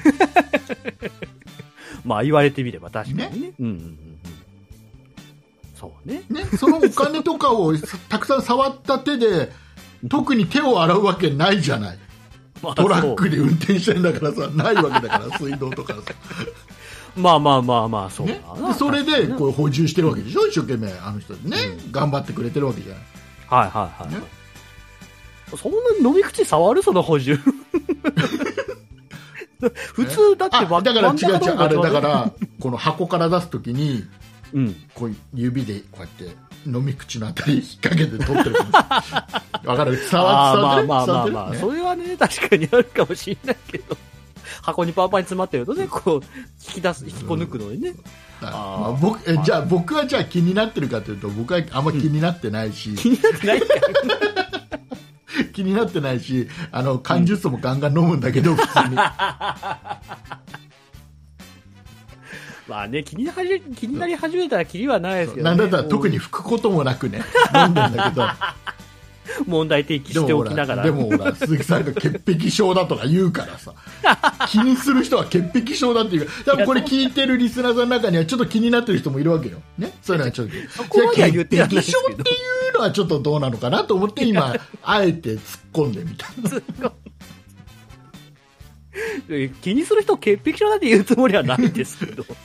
C: まあ言われてみれば確かにね。うんうんうんうん。そうね。
B: ねそのお金とかをたくさん触った手で特に手を洗うわけないじゃない
C: まあ
B: トラッ
C: そう
B: クで運転してんだからさないわけだか
C: [LAUGHS]
B: ら水道とかさ、
C: まあまあまあまあ、そうだ
B: ね
C: な、
B: でそれで
C: はい
B: こう補充してるわけでしょ一生懸命あの人ね、頑張ってくれてるわけじゃない
C: はいはい、
B: ね
C: そんな飲み口触るその補充。 [LAUGHS] 普通だって
B: あだから違う
C: 真
B: 違
C: ん中の
B: う
C: 方
B: あれ
C: が
B: だからこの箱から出すときに
C: うん。
B: こう指でこうやって飲み口のあたり引っ掛けて取ってるかもしれないわかる
C: あーま
B: 触
C: あ
B: って
C: まあま
B: 触
C: あ
B: ってる
C: まあ、
B: ね
C: それはね、確かにあるかもしれないけど、箱にパンパンに詰まってるとね、
B: [LAUGHS]
C: こう、引き出す、引きこ抜くのにね、
B: はい
C: あー
B: まあ、僕え
C: はい
B: じゃあ僕はじゃあ気になってるかというと僕はあんま気になってないし、
C: 気になってないから。
B: 気になってないしあの缶ジュースもガンガン飲むんだけど、普通に
C: まあね、気になり、気になり始めたらキリはないですけど、ね。
B: なんだったら特に拭くこともなくね飲んでんだけど
C: 問題提起 [LAUGHS] しておきながら。
B: でもほらでもほら鈴木さんが潔癖症だとか言うからさ気にする人は潔癖症だっていう多分これ聞いてるリスナーさんの中にはちょっと気になってる人もいるわけよ、ね、そういうのはちょっとそ
C: こまでは言ってないです
B: 潔癖
C: け
B: 症
C: ど
B: っていうのはちょっとどうなのかなと思って
C: [LAUGHS]
B: 今あえて突っ込んでみた
C: え気にする人を潔癖症だって言うつもりはないですけど [LAUGHS]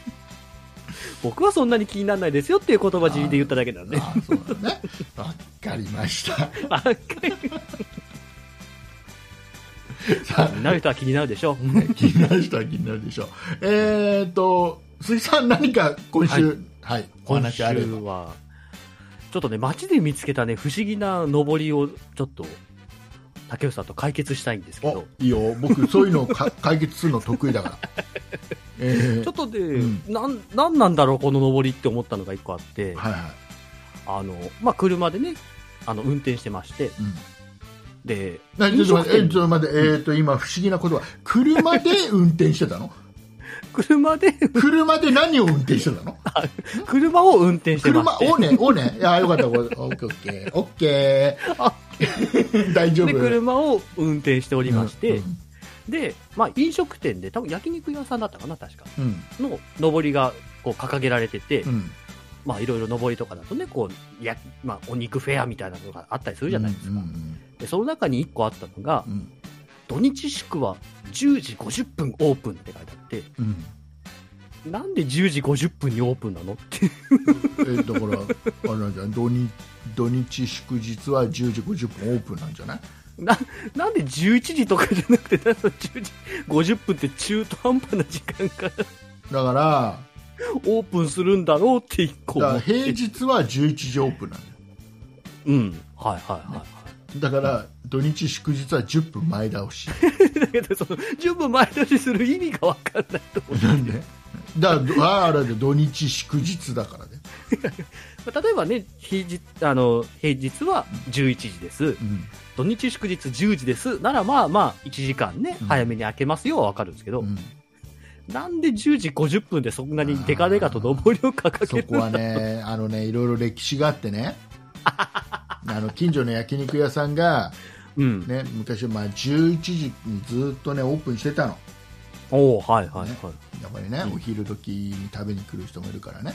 C: 僕はそんなに気にならないですよっていう言葉尻で言っただけなんで
B: あーそうだねわかりました
C: [LAUGHS]
B: さ
C: 気になる人は気になるでしょう
B: あ気になる人は気になるでしょうえっ、ー、と鈴木さん何か今週はい、お
C: 今
B: 話
C: 週
B: あれば
C: はちょっとね街で見つけたね不思議な上りをちょっと竹内さんと解決したいんですけ
B: お
C: ど
B: いいよ僕そういうのを
C: [LAUGHS]
B: か解決するの得意だから、えー
C: ちょっとで、
B: ん
C: なん、なんなんだろうこの上りって思ったのが一個あって、
B: はいはい
C: あの、まあ、車でね、あの、運転してまして、
B: うん
C: で、
B: なちょっと待って、え
C: 飲食店
B: ちょっと待って、えーと、今、不思議な言葉。車で運転してた
C: [LAUGHS]
B: の
C: 車で、
B: 車で何を運転してたの
C: 車を運転してま
B: 車、
C: して
B: をね、をね。いや、よかった、これオッケーオッケー、オッケー。大丈夫。
C: で車を運転しておりまして、
B: うん
C: で、まあ、飲食店で、多分焼肉屋さんだったかな、確か、
B: うん、
C: の上りがこう掲げられてて、
B: うん。
C: まあ、いろいろ上りとかだとね、こうやまあ、お肉フェアみたいなのがあったりするじゃないですか、
B: うんうん
C: でその中に1個あったのが、
B: うん
C: 土日祝は10時50分オープンって書いてあって、
B: うん
C: なんで10時50分にオープンなのって。 [LAUGHS]
B: えだからあれなんじゃない土日土日祝日は10時50分オープンなんじゃない
C: な、なんで11時とかじゃなくて、なんか10時50分って中途半端な時間から
B: だから
C: オープンするんだろうって一個
B: だか
C: 思
B: ら
C: って
B: 平日は11時オープンなんだよ
C: うん。はいはいはいはい。
B: だから土日祝日は10分前倒し
C: [LAUGHS] だけど、その、10分前倒しする意味がわかんないと思う。 [LAUGHS]
B: なんでだからあれで土日祝日だからね、
C: まあ例えばね、平日、あの、平日は11時です。
B: うん
C: 土日祝日10時です。ならまあまあ、1時間ね
B: うん、
C: 早めに開けますよはわかるんですけど、 [LAUGHS]
B: うん、
C: なんで10時50分でそんなにデカデカと上りを掲
B: そ
C: げ
B: こ
C: る
B: はね、あのね、いろいろ歴史があって
C: [LAUGHS]
B: ね。あの近所の焼肉屋さんが、
C: うん。
B: ね、昔、まあ、11時にずっと、ね、オープンしてたの、
C: おおはいはいはい。
B: やっぱりね、
C: うん
B: お昼時に食べに来る人もいるからね、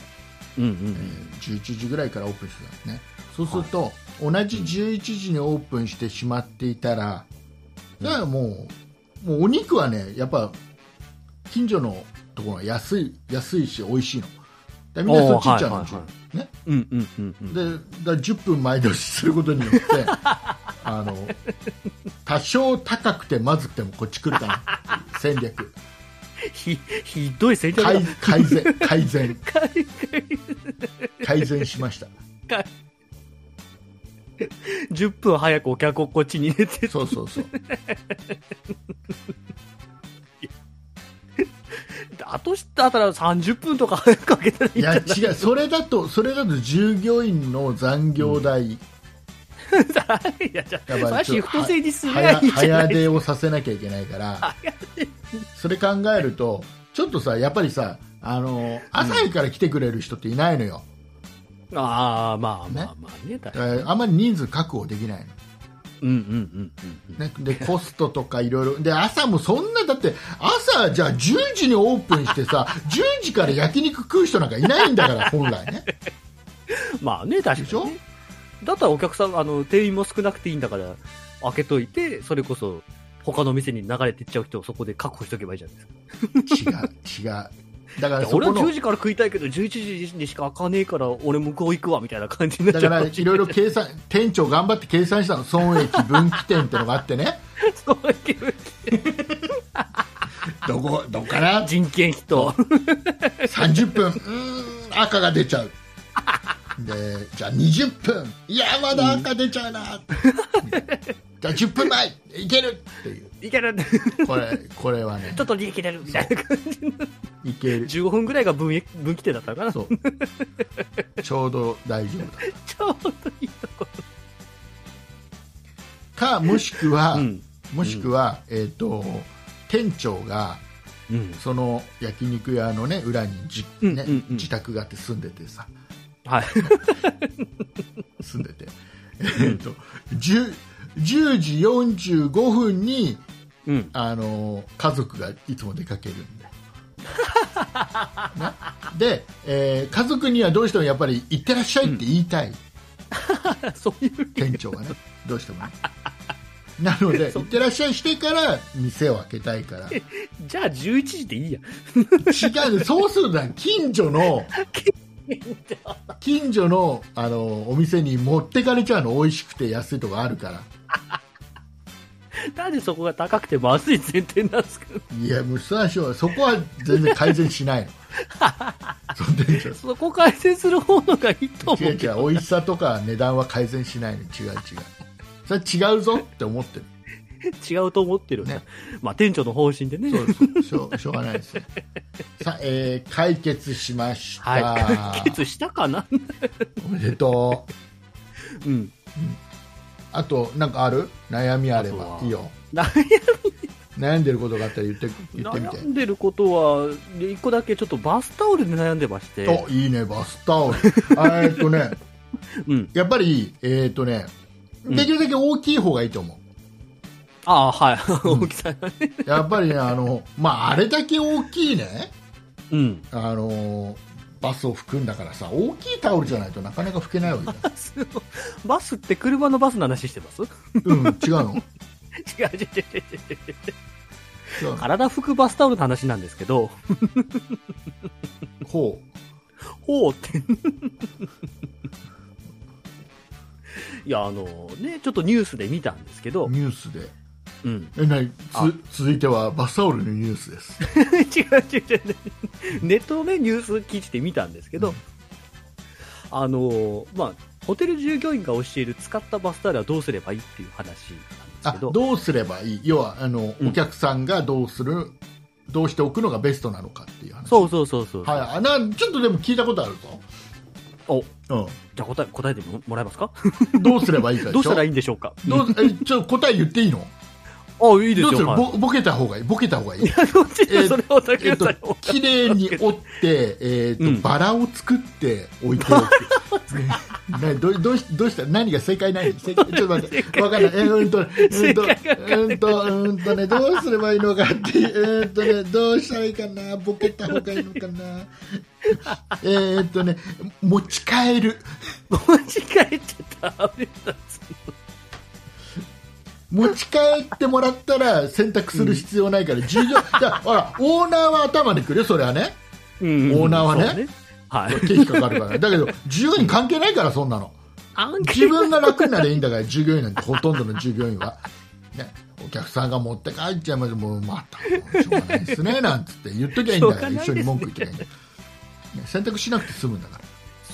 C: うんう
B: え
C: ん
B: ー11時ぐらいからオープンしてたんですね、そうすると、同じ11時にオープンしてしまっていたら、だからもう、もうお肉はね、やっぱ近所のところは安い安いし、美味しいの、だからみんなそっち行っちゃうの、
C: おーはいはいはい
B: ね。
C: うん。うんうんうんうん。
B: でだ10分前倒しすることによって [LAUGHS] あの多少高くてまずくてもこっち来るかなっていう戦
C: [LAUGHS]
B: 略
C: ひ、ひどい戦略だ
B: 改改善改
C: [LAUGHS]
B: 善改善しました
C: [LAUGHS] 10分早くお客をこっちに入れて、
B: そうそうそう
C: あとしたら30分とか早く開けたらいい
B: い
C: んじゃ
B: や
C: ない
B: 違うそれだとそれだと従業員の残業代、
C: [LAUGHS] いや、じゃあ、
B: やばいち
C: それは
B: ょ
C: シ
B: っと
C: フト制にすりゃ
B: 早
C: いいじゃな
B: 早
C: い
B: 出をさせなきゃいけないからそれ考えるとちょっとさやっぱりさあの朝から来てくれる人っていないのよ、
C: ああ、まあまあまあね、確
B: え
C: かに
B: ーあんまり人数確保できないの
C: うんうんうんうんうん。
B: ね、でコストとかいろいろで朝もそんなだって朝じゃあ10時にオープンして
C: [LAUGHS]
B: さ10時から焼肉食う人なんかいないんだから本来ね
C: まあね、確
B: でし
C: か
B: ょ
C: にね。だったらお客さん、あの、店員も少なくていいんだから、開けといて、それこそ、他の店に流れていっちゃう人をそこで確保しとけばいいじゃないですか。
B: 違う違うだから
C: いや
B: そこ
C: 俺は
B: の
C: 10時から食いたいけど、11時にしか開かねえから、俺向こう行くわ、みたいな感じにな
B: だ
C: [LAUGHS] っち
B: か
C: ゃ
B: ら
C: う。
B: いろいろ計算店長頑張って計算したの損益分岐点ってのがあって
C: [LAUGHS]
B: ね
C: そういう
B: どこどこかな
C: 人件費と、
B: 30分うーん赤が出ちゃうでじゃあ20分いやまだ赤出ちゃうな、
C: [LAUGHS]
B: じゃあ10分前いけるっていう
C: いける、ち
B: これこれはね
C: ょっと利益出る、みたいな感じの。
B: いける
C: 15分ぐらいが分岐分岐点だったのかな。
B: そうちょうど大丈夫だ
C: ちょうどいいとこ。
B: かもしくは、
C: うん。
B: もしくは、えっ、と店長が
C: うん。
B: その焼肉屋のね裏にじ、
C: うん
B: ね
C: うんうん
B: 自宅があって住んでてさ
C: はい。
B: 住んでてえっと 10, 10時45分に
C: うん。
B: あの家族がいつも出かけるんで。ねで、えー家族にはどうしてもやっぱり行ってらっしゃいって言いたい、
C: [LAUGHS] そういう。
B: 店長がね、どうしてもね。なので、行ってらっしゃいしてから店を開けたいから、違
C: じゃあ11時でいいや。
B: う、そうすると近所の、近所のあのお店に持ってかれちゃうの、美味しくて安いとこあるから、
C: なんでそこが高くてまずい前提なんですか
B: いや、もう、それはしょうがないそこは全然改善しない
C: [LAUGHS]
B: の、その店長
C: そこ改善する方のがいいと思
B: 違
C: う
B: う
C: けど。
B: 違う、美味しさとか値段は改善しないの、違う違う、それは違うぞって思ってる。
C: 違うと思ってるんだ、
B: ね
C: まあ店長の方針でね。
B: そうそうしょうしょうがない
C: [LAUGHS]
B: ですねさあ、えー解決しました、
C: はい。解決したかな
B: おめでとう
C: うん。
B: あとなんかある悩みあれ
C: あと
B: ば
C: はい
B: いよ
C: 悩
B: 悩んでることがあったら言って言ってみ
C: 悩んでることは、一個だけちょっとバスタオルで悩んでまして。
B: ておいいねバスタオルあえっとね
C: うん。
B: やっぱりえっとね
C: うん
B: できるだけ大きい方がいいと思う、
C: ああ、はい。 [LAUGHS] 大きさがね。
B: やっぱりねあのまああれだけ大きいね
C: うん。
B: あのバスを拭くんだからさ大きいタオルじゃないとなかなか拭けないわけだ
C: [LAUGHS] バスって車のバスの話してます
B: うん違うの
C: 違う違う違う違う違う。
B: そう
C: 体拭くバスタオルの話なんですけど、
B: ほ
C: ほうって。いや、あのね、ちょっとニュースで見たんですけど
B: う、ニュースで
C: うん。
B: えなに
C: あ
B: つ続いてはバスタオルのニュースです
C: 違う違う違う。ネットのね、ニュース記事で見たんですけど、
B: うん
C: あのまあ、ホテル従業員が教える使ったバスタオルはどうすればいいっていう話なんです
B: あ
C: けど、
B: どうすればいい要はあの、
C: うん
B: お客さんがどうするどうしておくのがベストなのかっていう話
C: そうそうそうそう。
B: はい、あなちょっとでも聞いたことある
C: お
B: ぞ、
C: じゃあ答え、答えてもらえますか
B: うん、どうすればいいかでしょ
C: [LAUGHS] どうしたらい
B: い
C: いんでしょうか
B: どうえちょ答え言っていいの
C: あ、いいです
B: ど
C: よ
B: うす。る、
C: はい
B: ぼボケた方がいいボケた方がいい
C: どっちでそれを竹
B: えっ
C: 内
B: と
C: さんにお願い
B: 綺麗に折って、えっと
C: うん
B: バラを作って置いておく。ね
C: [LAUGHS]
B: などどうしどうした何が正解ない正解ちょっと待ってわかんないえーうんとうんと
C: 正解
B: うんとうんとねどうすればいいのかっていううんとねどうしたらいいかなボケた方がいいのかなえーっとね持ち帰る
C: 間違えちゃダメだ。
B: 持ち帰ってもらったら洗濯する必要ないから従業じゃあほらオーナーは頭にくるよそれはね
C: うん
B: オーナーはね
C: そうはい。
B: 経費かかるからだけど従業員関係ないからそんなの。
C: アンケ
B: 自
C: ート
B: 分が楽になればいいんだから従業員なんてほとんどの従業員は、ね、お客さんが持って帰っちゃいますもうまたしょうがないですねなんつって言っときゃいいんだから、
C: しょうがないで
B: 一
C: すね
B: 緒に文句言っちゃいいんだから、ね、選択しなくて済むんだか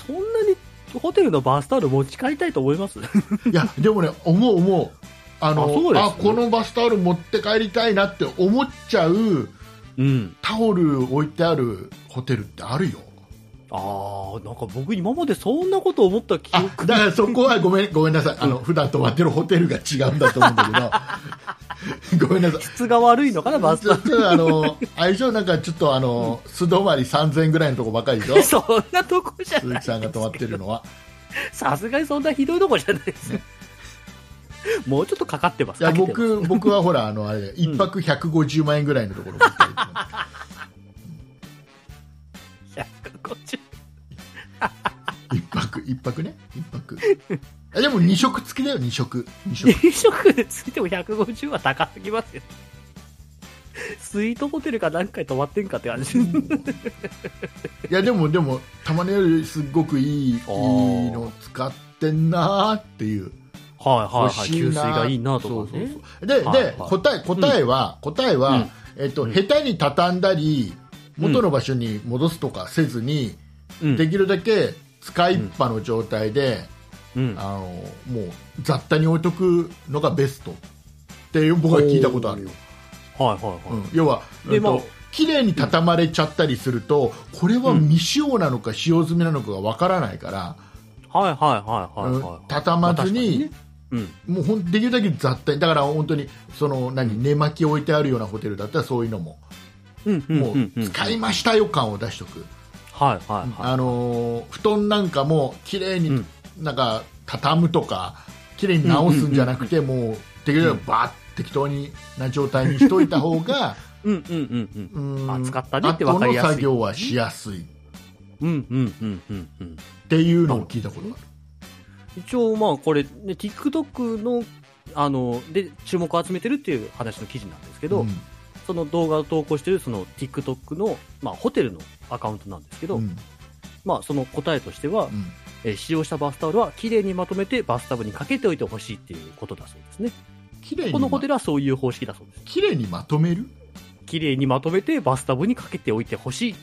C: そんなにホテルのバスタオル持ち帰りたいと思います
B: らいやでもね思う思うあの
C: あそうです
B: あこのバスタオル持って帰りたいなって思っちゃう
C: うん。
B: タオル置いてあるホテルってあるよ
C: ああ、なんか僕今までそんなこと思った記
B: あ
C: 憶
B: だからそこはごめんごめんなさいあの普段泊まってるホテルが違うんだと思うんだけ
C: [LAUGHS]
B: どごめんなさい
C: 質が悪いのかな、バス
B: ちょっとあの相性なんかちょっとあの素泊まり3000ぐらいのとこばかりでし
C: [LAUGHS]
B: ょ
C: そんなとこじゃ
B: 鈴
C: ない
B: 木。さんが泊まってるのは
C: [LAUGHS] さすがにそんなひどいとこじゃないですよ。もうちょっとかかってます。
B: いや
C: かけてます
B: 僕僕はほらあのあれ1泊150万円ぐらいのところばっか
C: 150
B: り一泊一泊ね一
C: [LAUGHS]
B: 泊あでも2食付きだよ2食二食
C: 飲食でついても150は高すぎますよ。スイートホテルか何回泊まってんかって感じ。
B: いやでもでもたまによりすっごくいいいい
C: あー
B: の使ってんなーっていう
C: はいはい
B: 欲
C: はい。
B: しい
C: 給水
B: な
C: がいいなとか
B: そ
C: ね。
B: うそうそうで,、
C: はいは
B: で
C: い
B: 答え答えは、答えは、
C: うん
B: えっと
C: うん
B: 下手に畳んだり元の場所に戻すとかせずに、
C: うん
B: できるだけ使いっぱの状態で、
C: うん
B: あのもう雑多に置いとくのがベストっていう僕は聞いたことあるよ、
C: はいはいは
B: う
C: い。
B: ん、要は、
C: で
B: うんと
C: まあ
B: 綺麗に畳まれちゃったりするとこれは未使用なのか使用済みなのかがわからないから、
C: はいはいはいはいはいは
B: うん
C: い。
B: 畳まずに
C: まあ。確かねうん。
B: もうほんできるだけ雑多にだから本当にその何寝巻き置いてあるようなホテルだったらそういうのも,、
C: うんうんうん
B: も
C: うん。
B: う使いましたよ感を出しておく、
C: はいはいは
B: あのー布団なんかも綺麗
C: う
B: に
C: ん
B: なんか畳むとか綺麗に直すんじゃなくてもうできるだけバーッ適当にな状態にしといた方
C: [LAUGHS]
B: が
C: い。うんうんうん
B: うーん
C: あ使ったねって分かりやす
B: 後
C: い
B: の作業はしやすいっ
C: うん。うんうんうんうんうん。
B: ていうのを聞いたことがある
C: 一応まあこれ、ね、TikTok の、あの、で注目を集めてるっていう話の記事なんですけど、
B: うん
C: その動画を投稿してるその TikTok の、まあ、ホテルのアカウントなんですけど、
B: うん
C: まあ、その答えとしては、
B: うん
C: えー使用したバスタオルはきれいにまとめてバスタブにかけておいてほしいっていうことだそうですね。
B: 綺麗に
C: このホテ
B: ま
C: ルはそういう方式だそうです。
B: 綺麗にまとめる
C: きれいにまとめてバスタブにかけておいてほしい。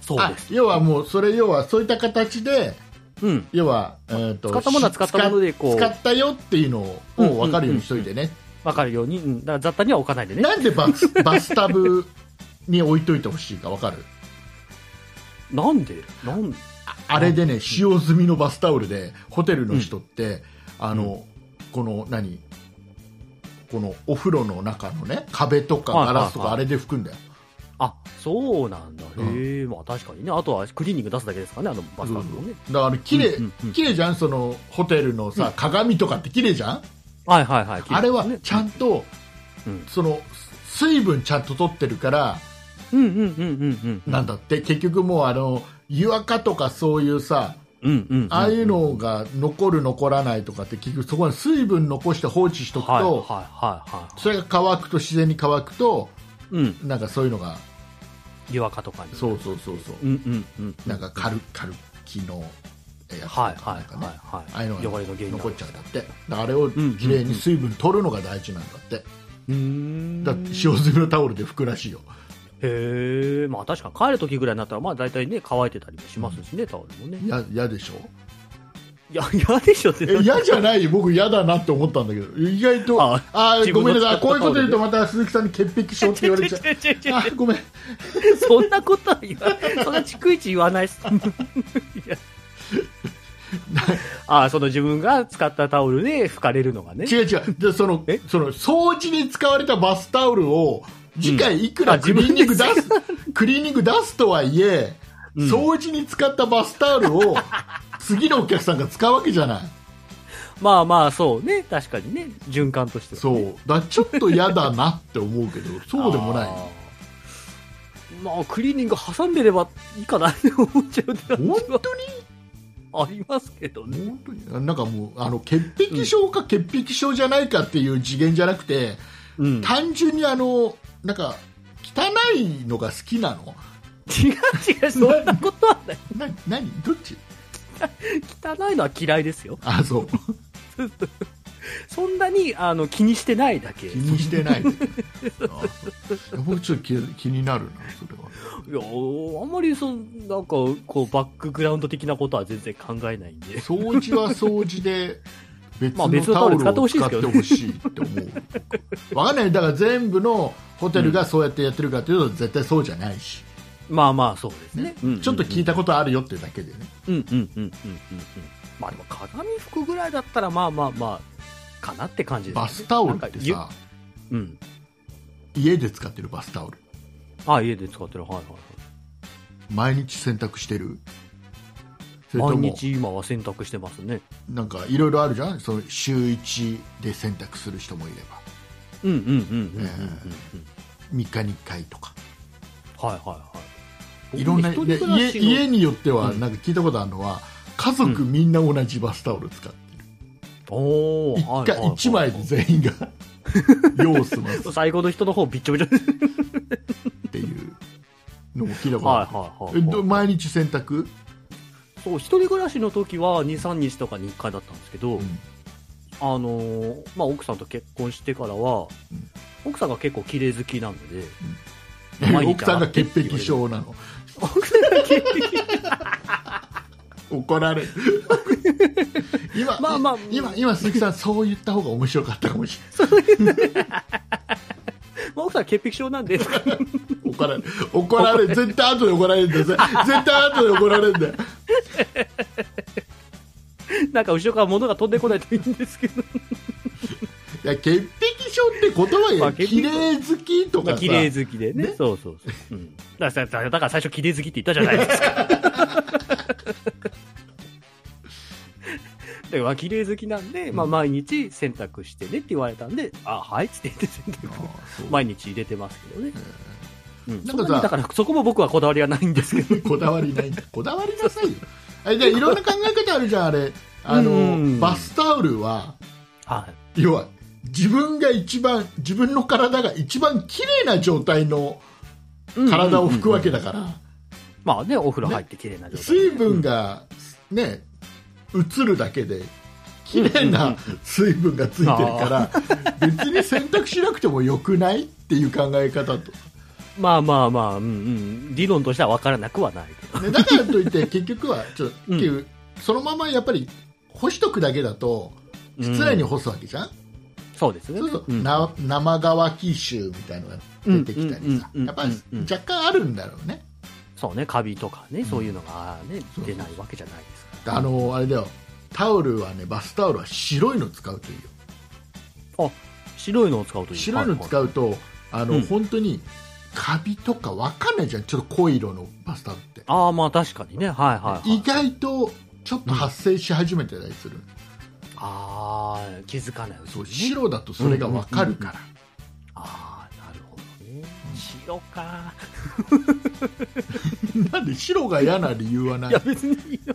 C: そう
B: あ
C: です。
B: 要はもうそれ要はそういった形で
C: うん。
B: 要は、えー、と
C: 使ったものは使ったものでこう
B: 使っ使ったよっていうのを
C: うんうんうん
B: 分かるようにしといてね、
C: わかるように、うん、だから雑多には置かないでね。
B: [LAUGHS] なんでバスバスタブに置いといてほしいか分かる
C: なんでなん
B: あれでね使用済みのバスタオルでホテルの人って、あのこの何このお風呂の中のね壁とか
C: はい
B: ガ
C: はいはい
B: ラスとかあれで拭くんだよ、
C: あ、そうなんだ。
B: うん
C: へえ、まあ確かにね。あとはクリーニング出すだけですかね、あのバスタブもね。
B: だから綺麗、
C: うんうんうん
B: 綺麗じゃんそのホテルのさ、鏡とかって綺麗じゃん
C: はいはいはい。
B: あれは
C: ね
B: ちゃんと、
C: うん
B: その水分ちゃんと取ってるから、
C: うんうんうんうんうん。
B: なんだって結局もうあの湯垢とかそういうさ
C: うんうん。
B: ああいうのが残る残らないとかって結局そこに水分残して放置しとくと、
C: はいはいはいは
B: それが乾くと自然に乾くと
C: い。うん。
B: なんかそういうのが
C: 湯垢とかに。
B: そうそうそうそう、
C: うんうんうん。
B: なんかカルカルキのやつと
C: はい
B: か
C: は
B: なん
C: い
B: か
C: は
B: ね
C: いは
B: ああい
C: いう
B: の。が
C: 汚れの原因
B: 残っちゃうんだってだからあれをきれいに水分取るのが大事なんだって
C: うーん。
B: だって塩漬めのタオルで拭くらしいよ
C: へえ。まあ確かに帰る時ぐらいになったら、まあ大体ね、乾いてたりもしますしね、タオルもね。
B: や嫌でしょ
C: いや、嫌でしょって
B: え。嫌じゃない僕嫌だなって思ったんだけど意外とあ
C: あ
B: あー
C: 自
B: ご
C: 分
B: め
C: の
B: んなさい
C: 使った
B: こういうこと言うとまた鈴木さんに潔癖症って言われ
C: [LAUGHS]
B: ちゃう
C: 違う違う違う違う
B: あーごめん
C: そんなことは言わない。そんな逐一言わ [LAUGHS] ないっす。いや [LAUGHS] ああ、その自分が使ったタオルで拭かれるのがね。
B: 違う違うでその
C: え
B: その掃除に使われたバスタオルを次回いく
C: あ
B: らク
C: 自
B: リ
C: 分
B: ーニング出、
C: です [LAUGHS]
B: クリーニング出すとはいえ、
C: うん
B: 掃除に使ったバスタオルを次のお客さんが使うわけじゃない
C: まあまあ、そうね。確かにね。循環としては。
B: そうだからちょっと嫌だなって思うけどそうでもない
C: あー。まあ、クリーニング挟んでればいいかなって思っちゃうって感じ
B: 本
C: はありますけど
B: 当
C: ね。
B: に本当になんかもうあの潔癖症か潔癖症じゃないかっていう次元じゃなくて、
C: うん。
B: 単純にあのなんか汚いのが好きなの
C: 違う違う、そんなことはない。
B: な何どっち
C: 汚いのは嫌いですよ。
B: あそう
C: [LAUGHS] そんなにあの気にしてないだけ。
B: 気にしてないあそう僕ちょっと気気になるなそれはい
C: やあんまりそんなんかこうバックグラウンド的なことは全然考えないんで
B: 掃除は掃除で別
C: まあ
B: の
C: 別の
B: タ
C: タ
B: オ
C: オ
B: ル
C: ル使って
B: を
C: ほしい
B: 使
C: で
B: っ
C: す
B: て
C: けどね
B: ほしいって思うわかんないだから全部のホテルがそうやってやってるかというと絶対そうじゃないし、
C: まあまあそうですね
B: ねちょっと聞い
C: た
B: たことあるよっていうだけでね
C: うんうんうんうんうんうんまあでも鏡服ぐらいだったらまあまあまあかなって感じですね
B: バスタオルっ
C: なん
B: て
C: かゆ
B: さ
C: うん
B: 家で使ってるバスタオル
C: あ家で使ってるはいはいはい
B: 毎日洗濯してるそれと
C: 毎
B: も
C: 日今は洗濯してますね
B: なんかいろいろあるじゃんその週1で洗濯する人もいれば
C: うんうんうんうんうんうんうん
B: え3日に1回とか
C: はいはいはい
B: いろんな
C: 僕
B: で
C: ね一人暮ら
B: 家
C: しの
B: 家によっては
C: うん
B: なんか聞いたことあるのは、家族みんな同じバスタオル使ってる、
C: お
B: 一
C: ー
B: 回
C: はいはいはい
B: 一枚で全員が [LAUGHS] 用を済ますっ
C: 最後の人の方びっちょびちょです
B: ていうのも聞いたことあ
C: は
B: る
C: いはいは
B: え
C: いはい
B: ど毎日洗濯、
C: そう一人暮らしの時は23日とかに1回だったんですけど、
B: うん
C: あのーまあ、奥さんと結婚してからは、
B: うん
C: 奥さんが結構綺麗好きなので、毎日
B: 奥さんが潔癖症なの
C: 奥さんが潔癖
B: 怒られる今,、
C: まあまあ
B: 今今鈴木さんそう言った方が面白かったかもし
C: まあ奥さんは潔癖症なんで
B: れない怒られる怒られる絶対後で怒られるんだよ絶対後で怒られるんだよ
C: なんか後ろから物が飛んでこないといいんですけど
B: いや潔癖症って言葉
C: ま
B: よ
C: あ
B: り
C: 潔
B: 綺
C: 癖症
B: 麗好きとか
C: まあ
B: さ
C: 綺麗好きでねそうそうそう、うん、だからさだから最初綺麗好きって言ったじゃない [LAUGHS] ですかだからまあ綺麗好きなんで、まあ、毎日洗濯してねって言われたんで、あはいっつって言って洗
B: あ
C: 濯 [LAUGHS]
B: ーそう
C: 毎日入れてますけどね、うん、
B: な
C: なん
B: か
C: んか
B: さ
C: だからそこも僕はこだわりはないんですけど
B: こだわりないんだこだわりなさいよあじゃあいろんな考え方あるじゃんあれあ
C: うん
B: のバスタオルは
C: はい
B: 要は自分が一番自分の体が一番綺麗な状態の体を拭くわけだから、
C: まあね、お風呂入って綺麗な状態で、
B: 水分がね移るだけで綺麗な水分がついてるから別に洗濯しなくてもよくないっていう考え方と
C: まあまあまあ、うんうん、理論としては分からなくはないけど。
B: ね、だからといって結局はちょっと、
C: うん
B: 結局そのままやっぱり干しとくだけだと室内に干すわけじゃん、
C: そうですね。
B: そうすると、
C: ん
B: な生乾き臭みたいなのが出てきたりさ
C: うんうんうんうん
B: やっぱり
C: うん
B: 若干あるんだろうね
C: そうね、カビとかね、そういうのがね、
B: そう
C: 出ないわけじゃないですか
B: あのあれだよタオルはねバスタオルは白いの使うといいよ
C: ら。あ、白いのを使うといい
B: 白いの使
C: う。
B: うとあの、
C: うん
B: 本当にカビとかわかんないじゃんちょっと濃い色のバスタオルって、
C: ああ、まあ確かにね、はいはい、はい。
B: 意外とちょっと発生し始めてたりする、
C: ああ、気づかないうちに
B: そう
C: ね。
B: 白だとそれがわかるから、
C: ああ、なるほどね。白か。
B: なんで白が嫌な理由はない
C: いや、別にいいよ。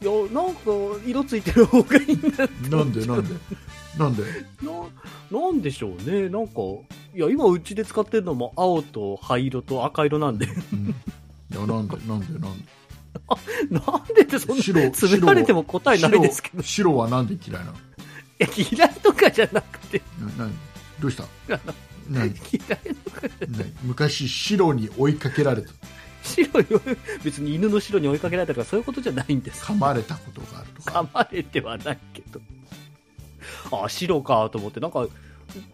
B: 何
C: なんか色ついてる方がいいんだ
B: なんでなんでなんで
C: [LAUGHS] ななんでしょうねなんかいや今うちで使ってるのも青と灰色と赤色なんで
B: うんいやなんでなんでなん
C: [LAUGHS] なんでってそんな
B: 白
C: 詰められても答えないですけど
B: で白はなんで嫌いなの
C: いや嫌いとかじゃなくて
B: ななど
C: [LAUGHS]
B: うした何
C: 嫌い
B: 何昔白に追いかけられた
C: 白い [LAUGHS] 別に犬の白に追いかけられたとかそういうことじゃないんです
B: 噛まれたことがあるとか
C: 噛まれてはないけどあ白かと思ってなんか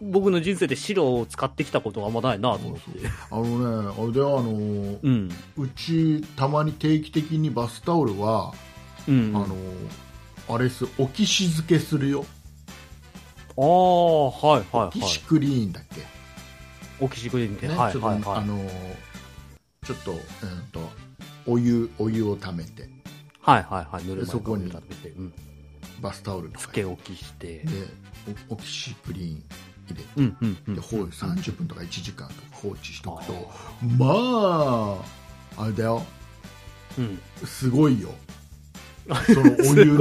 C: 僕の人生で白を使ってきたことがあんまないなと思って
B: そうあのねあれであのー
C: うん
B: うちたまに定期的にバスタオルは、
C: うん
B: あのーあれっすオキシ漬けするよ
C: ああはいは
B: オ
C: い
B: キ
C: はい
B: シクリーンだっけ、
C: オキシクリーンで、
B: ね
C: はい
B: ちょっと
C: はい
B: あ
C: はい
B: のーちょっと,、うん、とお湯お湯をためて
C: はいはいはいぬるま湯
B: そこに
C: 食べて、うん、
B: バスタオルと
C: つ
B: か
C: け
B: で
C: 置きして
B: おオキシクリーン入れて
C: うんうんう
B: で
C: ん
B: 放置30分とか1時間とか放置しとくと
C: あ
B: まああれだよ
C: うん
B: すご
C: [LAUGHS]
B: いよその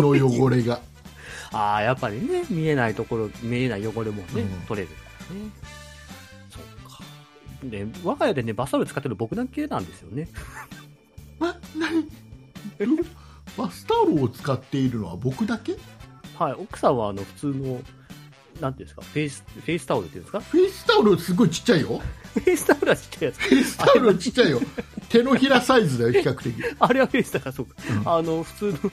B: お湯の汚れが
C: ああやっぱりね見えないところ見えない汚れも
B: う
C: ね、
B: ん
C: 取れるからねそうかで我が家でねバサル使ってる僕だけなんです
B: [LAUGHS]
C: よね
B: え何バスタオルを使っているのは僕だけ
C: はい、奥さんはあの普通の、なんていうんですか、フェイス、 [LAUGHS] フェイスタオルっていうんですか、
B: フェイスタオルすごいちっちゃいよ
C: フェイスタオルはちっちゃいやつ、
B: フェイスタオルちっちゃいよ手のひらサイズだよ比較的
C: [LAUGHS] あれはフェイスだから、そうか、
B: うん
C: あの普通の、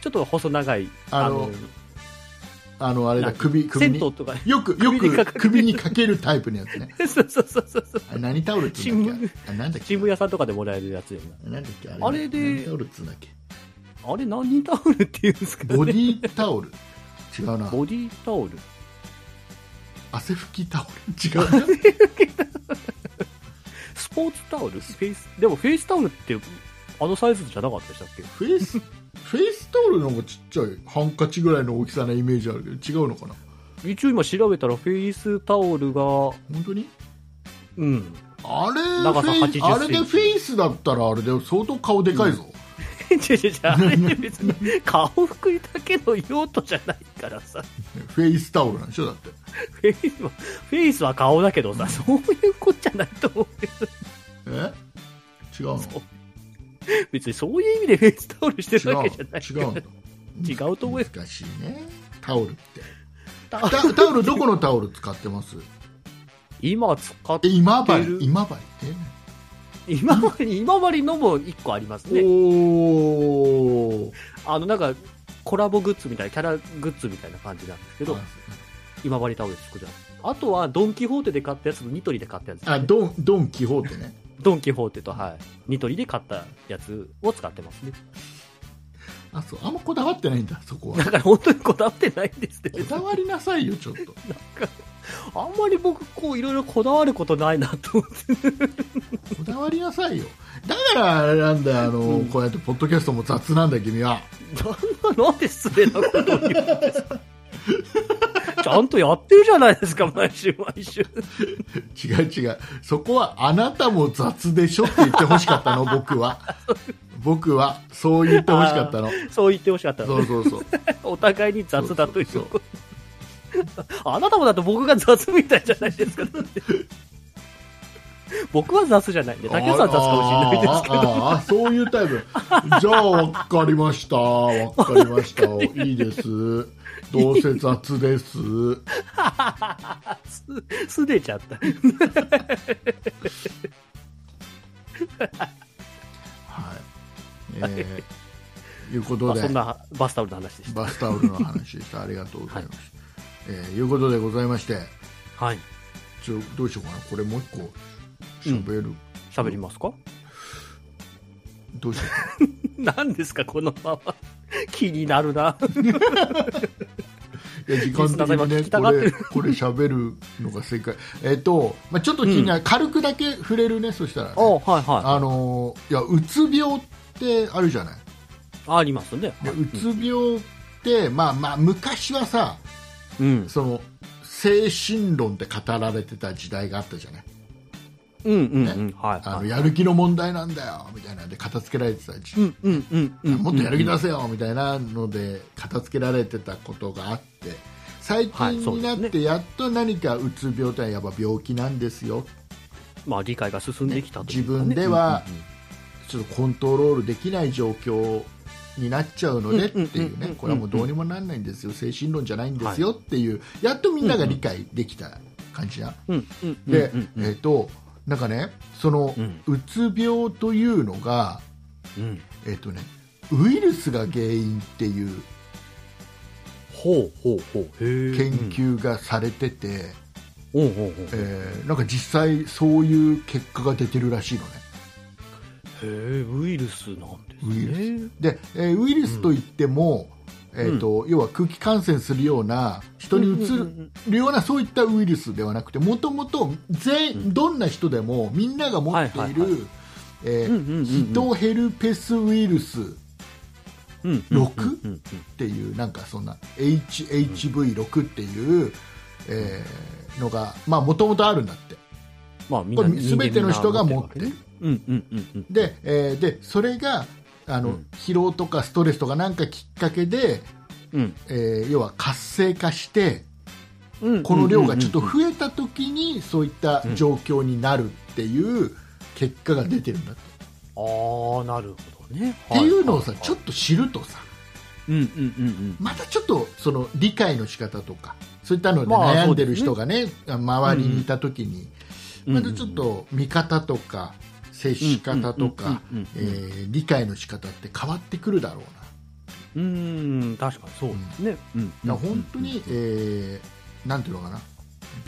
C: ちょっと細長い、
B: あのあのあれだ首首
C: 銭
B: に
C: 湯とか、 [LAUGHS]
B: よくよ
C: 首にか
B: く
C: ける
B: 首にかけるタイプのやつ
C: [LAUGHS]
B: ね
C: そうそうそうそうそう、
B: あれ何タオルって言うんだっけあなんだっけ
C: 新聞屋さんとかでもらえるやつよね、
B: なんだっけあれ
C: あれで
B: 何タオルっつうんだっけ
C: あれ、何タオルっていうんですか、ね、
B: ボディータオル違うな
C: [LAUGHS] ボディタオル、
B: 汗拭きタオ
C: [LAUGHS]
B: ル違うな
C: スポーツタオル、フェイス、でもフェイスタオルって、あのサイズじゃなかったでしたっけ
B: フェイスフェイスタオルの方がちっちゃいハンカチぐらいの大きさなイメージあるけど違うのかな
C: 一応今調べたら、フェイスタオルが、
B: 本当に
C: うん、
B: あれ
C: 長さ
B: フェイ
C: 80
B: あれでフェイスだったらあれで相当顔でかいぞ、
C: 違う違う違うあれって別に顔拭いだけの用途じゃないからさ
B: フェイスタオルなんでしょだって
C: フェイスはフェイスは顔だけどさそういうことじゃないと思うよ
B: え違うの
C: 別にそういう意味でフェイスタオルして [LAUGHS] るわけじゃない
B: 違うの違うの
C: 違うと思うよ
B: 難しいねタオルって
C: タオル
B: タタオルどこのタオル使ってます
C: 今使っ
B: え今
C: 出る
B: 治今治って
C: 今治今治のも1個ありますね
B: おお
C: あのなんかコラボグッズみたいなキャラグッズみたいな感じなんですけど、今治タオル作るやつあとはドン・キホーテで買ったやつとニトリで買ったやつ
B: あドンドン・キホーテね
C: ドン・キホーテと、はい、ニトリで買ったやつを使ってますね
B: あそうあんまこだわってないんだそこは
C: だから本当にこだわってないんですね
B: こだわりなさいよちょっと
C: あんまり僕こういろいろこだわることないなと思って
B: こだわりなさいよだからあれなんだよあの、
C: うん
B: こうやってポッドキャストも雑なんだ君は
C: なんななんで失礼なことを言うんですか [LAUGHS] ちゃんとやってるじゃないですか毎週毎週
B: 違う違うそこはあなたも雑でしょって言ってほしかったの僕は僕はそう言ってほしかったの
C: そう言ってほしかったの
B: そうそうそう
C: お互いに [LAUGHS] 雑だという
B: そうそ
C: あなたもだって僕が雑みたいじゃないですか [LAUGHS] だって僕は雑じゃないんで竹内さんは雑かもしれないですけど
B: ああああそういうタイプじゃあ分かりました分かりましたいいですどうせ雑です
C: すすねちゃった
B: はいえー、いうこと
C: まあ
B: で
C: そんなバスタオルの話
D: [LAUGHS]
C: でし
B: バスタオルの話でした。ありがとうございます。えーいうことでございまして、
C: たはい
B: ちょどうしようかな、これもう一個喋る、
C: 喋りますか
B: どうしよ
C: 何ですかこのまま [LAUGHS] 気になるな
B: うかな。いや時間的にね、
C: リスナ
B: こ
C: ーさん今聞
B: れ
C: き
B: これ喋るのが正解。えっ、と、まあちょっと気になる、軽くだけ触れるね、そしたらね、
C: おはいは
B: あのーいやうつ病ってあるじゃない。
C: い。ありますね。
B: でうつ病って、まあまあ昔はさ、
C: うん。
B: その精神論って語られてた時代があったじゃない。
D: うんうんうん。はい。
B: あ
D: は
B: の
D: い
B: やる気の問題なんだよみたいなんで片付けられてた時
D: うんうんうんうん。
B: もっとやる気出せよみたいなので片付けられてたことがあって最
D: はい
B: 近になっ
D: そうです
B: てやっと何かうつ病とはやっぱ病気なんですよ
D: まあ理解が進んできたとい
B: 自
D: うか
B: 分
D: ね
B: ではちょっとコントロールできない状況になっちゃうのでってい
D: うんうん
B: う
D: うんうん
B: ねこれはもうどうにもなんないんですよ精神論じゃないんですよっていうやっとみんなが理解できた感じな
D: うんうんうん。
B: で
D: うんうん
B: えっとなんかねその
D: うん
B: うつ病というのが
D: うん。
B: えっとねウイルスが原因っていう
D: ほうほうほう。へえ。
B: 研。究がされてて、
D: うんうんうん。へ
B: えーなんか実際そういう結果が出てるらしいのね
D: え、ウイルスなんですね。
B: ウイルで、えーウイルスといっても、えーと要は空気感染するような人にう
D: うんうん
B: つるようなそういったウイルスではなくてもともと全どんな人でもみんなが持って
D: はい
B: い
D: はいはい
B: るえ
D: うんうんうんうん
B: ーヒトヘルペスウイルスっ
D: うんうんうん
B: 六
D: うんうん
B: ていうなんかそんな HHV6 っていう、えーのがもともとあるんだって。
D: まあみん
B: こ
D: な
B: れ全ての人が持ってる
D: 人間みんな持ってるわけね。うんうんうんうん。
B: で、えーでそれがあの、
D: うん
B: 疲労とかストレスとかなんかきっかけで、
D: うん
B: えー要は活性化して
D: うん。
B: この量がちょっと増えた時にそういった状況になるっていう結果が出てるんだって,、
D: ああ、なるほどね。
B: っていうのをさ、ちょ
D: っ
B: っと知るとさ
D: と。うんうんうんうん。
B: またちょっとその理解の仕方とかそういったので
D: まあ
B: 悩んでる人がね,、周りにいた時に、
D: うん
B: またちょっと見方とか接し方とか、
D: うんうん
B: え
D: うんうんうん
B: ー理解の仕方って変わってくるだろうな
D: うーん、確かにそうですね。うん
B: だから本当に、えーなんていうのかな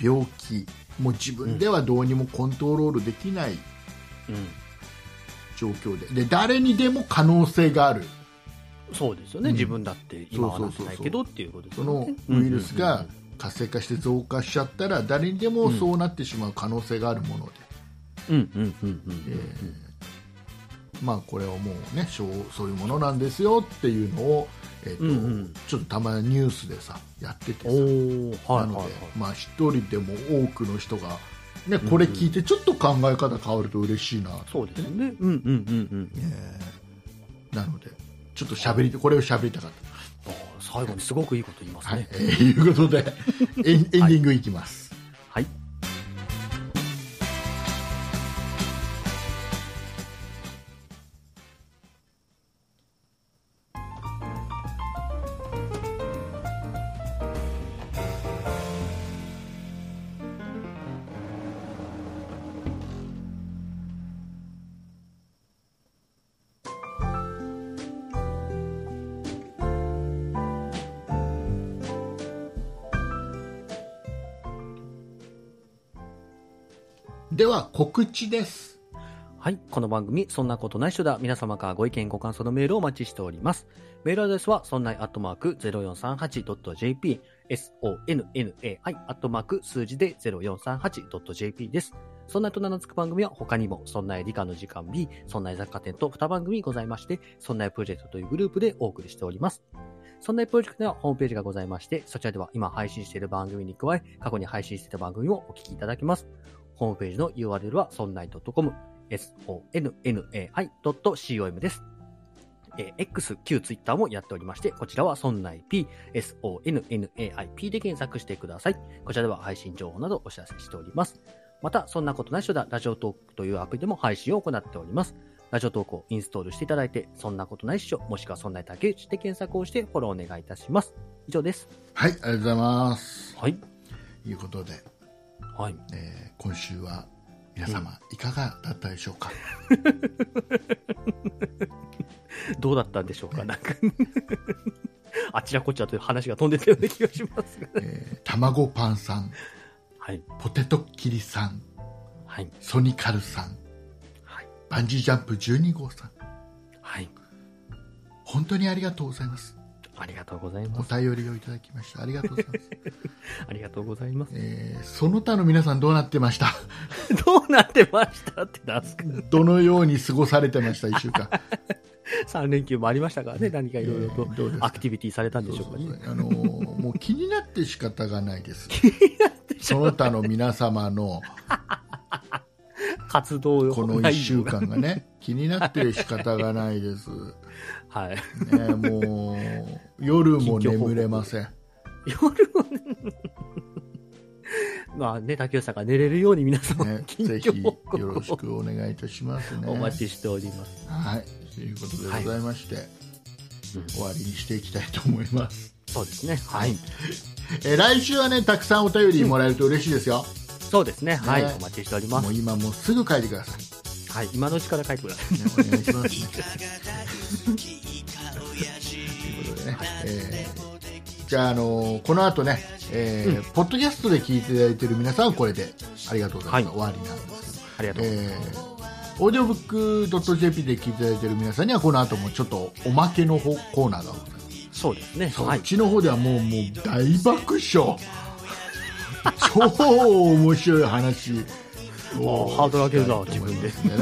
B: 病気もう自分ではどうにもコントロールできない
D: うん
B: 状況でで誰にでも可能性がある
D: そうですよね、
B: うん
D: 自分だって今はなってないけどっていうことです
B: そ
D: よ
B: の
D: ね。
B: ウイルス
D: うん
B: が活性化して増加しちゃったら誰にでもそうなってしまう可能性があるもので、
D: うんうんうんうんうん
B: まあ、これをもうねそうそういうものなんですよっていうのを、えーと
D: うんうん
B: ちょっとたまにニュースでさやっててさ
D: うん。おおは
B: ないので、
D: はいはい。
B: まあ、一人でも多くの人が、ね、これ聞いてちょっと考え方変わると嬉しいなと
D: そうですね。うんうんうんうん。
B: なのでちょっと喋りこれを喋りたかっ
D: あー最後にすごくいいこと言いま
B: た、
D: す
B: はい
D: ね。
B: えーいうこと
D: [LAUGHS]
B: でエンエンディングいきます、
D: はい。
B: では告知です
D: はい。この番組、そんなことないっしょだ。皆様からご意見、ご感想のメールをお待ちしております。メールアドレスは、そんないアットマーク 0438.jp、sonnai アットマーク数字で 0438.jp です。そんないと名の付く番組は他にも、そんない理科の時間 B、そんない雑貨店と2番組ございまして、そんないプロジェクトというグループでお送りしております。そんないプロジェクトではホームページがございまして、そちらでは今配信している番組に加え、過去に配信していた番組もお聞きいただけます。ホームページの URL は、そんない .com、sonnai.com です。えー X、旧 Twitter もやっておりまして、こちらは sonnaip、sonnaip で検索してください。こちらでは配信情報などお知らせしております。また、そんなことない人だ、ラジオトークというアプリでも配信を行っております。ラジオトークをインストールしていただいて、そんなことないっしょ、もしくはそんな竹内で検索をしてフォローお願いいたします。以上です。
B: はいありがとうございます
D: はい。
B: ということで、
D: はい。
B: えー今週は皆様いかがだったでしょうか、
D: どうだったんでしょうか、な
C: [LAUGHS]
D: んか。あちらこちらという話が飛んでたような気がしますが。
B: えー、卵パンさん
D: はい。
B: ポテトッキリさん
D: はい。
B: ソニカルさん
D: はい。
B: バンジージャンプ12号さん
D: はい。
B: 本当にありがとうございます
D: ありがとうござい
B: お
D: ます。
B: 便りをいただきましたありがとうございます [LAUGHS]
D: ありがとうございます。
B: えーその他の皆さんどうなってました
D: [LAUGHS]
B: [LAUGHS]
D: どうなってましたってなんすか
B: どのように過ごされてました1週間
D: 三連休もありましたからね、何か [LAUGHS] いろいろと
B: えーどうですか
D: アクティビティされたんでしょうか
B: そう
D: ね。
B: そうあのーもう気になって仕
D: [LAUGHS]
B: 方がないですその他の皆様の
C: 活動よ
B: この1週。間が
D: [LAUGHS]
B: ね、気になってる仕方がないです。
C: はい。
B: ね、もう、夜も眠れません。
D: [LAUGHS]
C: 夜はね、まあね、竹内さんが寝れるように皆さんも
B: ね、
C: 近
B: ぜひ
C: 況
B: よ
C: 報告を
B: ろしくお願いいたしますね。
C: お待ちしております。
B: はい、ということでございまして、
C: うん
B: 終わりにしていきたいと思います。
C: そうですね。はい。
B: えー来週はね、たくさんお便りもらえると嬉しいですよ。
C: そうですね。はい。
B: ね
C: お待ちしておりま
B: も
C: す
B: う。今もうすぐ書いてください。
C: はい。今のうちから書いてください。
B: ね、お願いしますね。ということでね、えーじゃあ、あのーこの後ね、えーポッドキャストで聞いていただいている皆さんはこれでありがとうございます、終わりなんですけど。
C: ありがとうござい
B: えーオーディオブック .jp で聞いていただいている皆さんにはこの後もちょっとおまけの方コーナーがございます
C: ます。そうですね。
B: そ
C: は
B: っ
C: い。
B: ちの方ではもうもう大爆
C: [LAUGHS]
B: 笑超面白い話を
C: ハードル上げるな
B: したいと思いますんで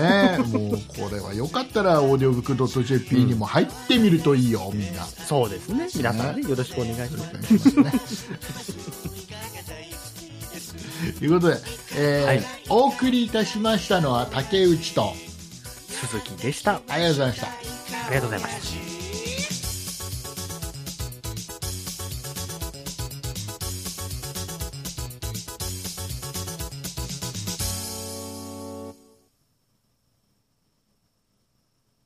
B: ねもうこれはよかったらオーディオブック .jp にも入ってみるといいよ、みんな
C: そうですね。皆さんね、よろしくお願いします。
B: お願いしますね
C: [LAUGHS]
B: ということで、えー
C: はい
B: お送りいたしましたのは竹内と
C: 鈴木でした。
B: ありがとうございました
C: ありがとうございました。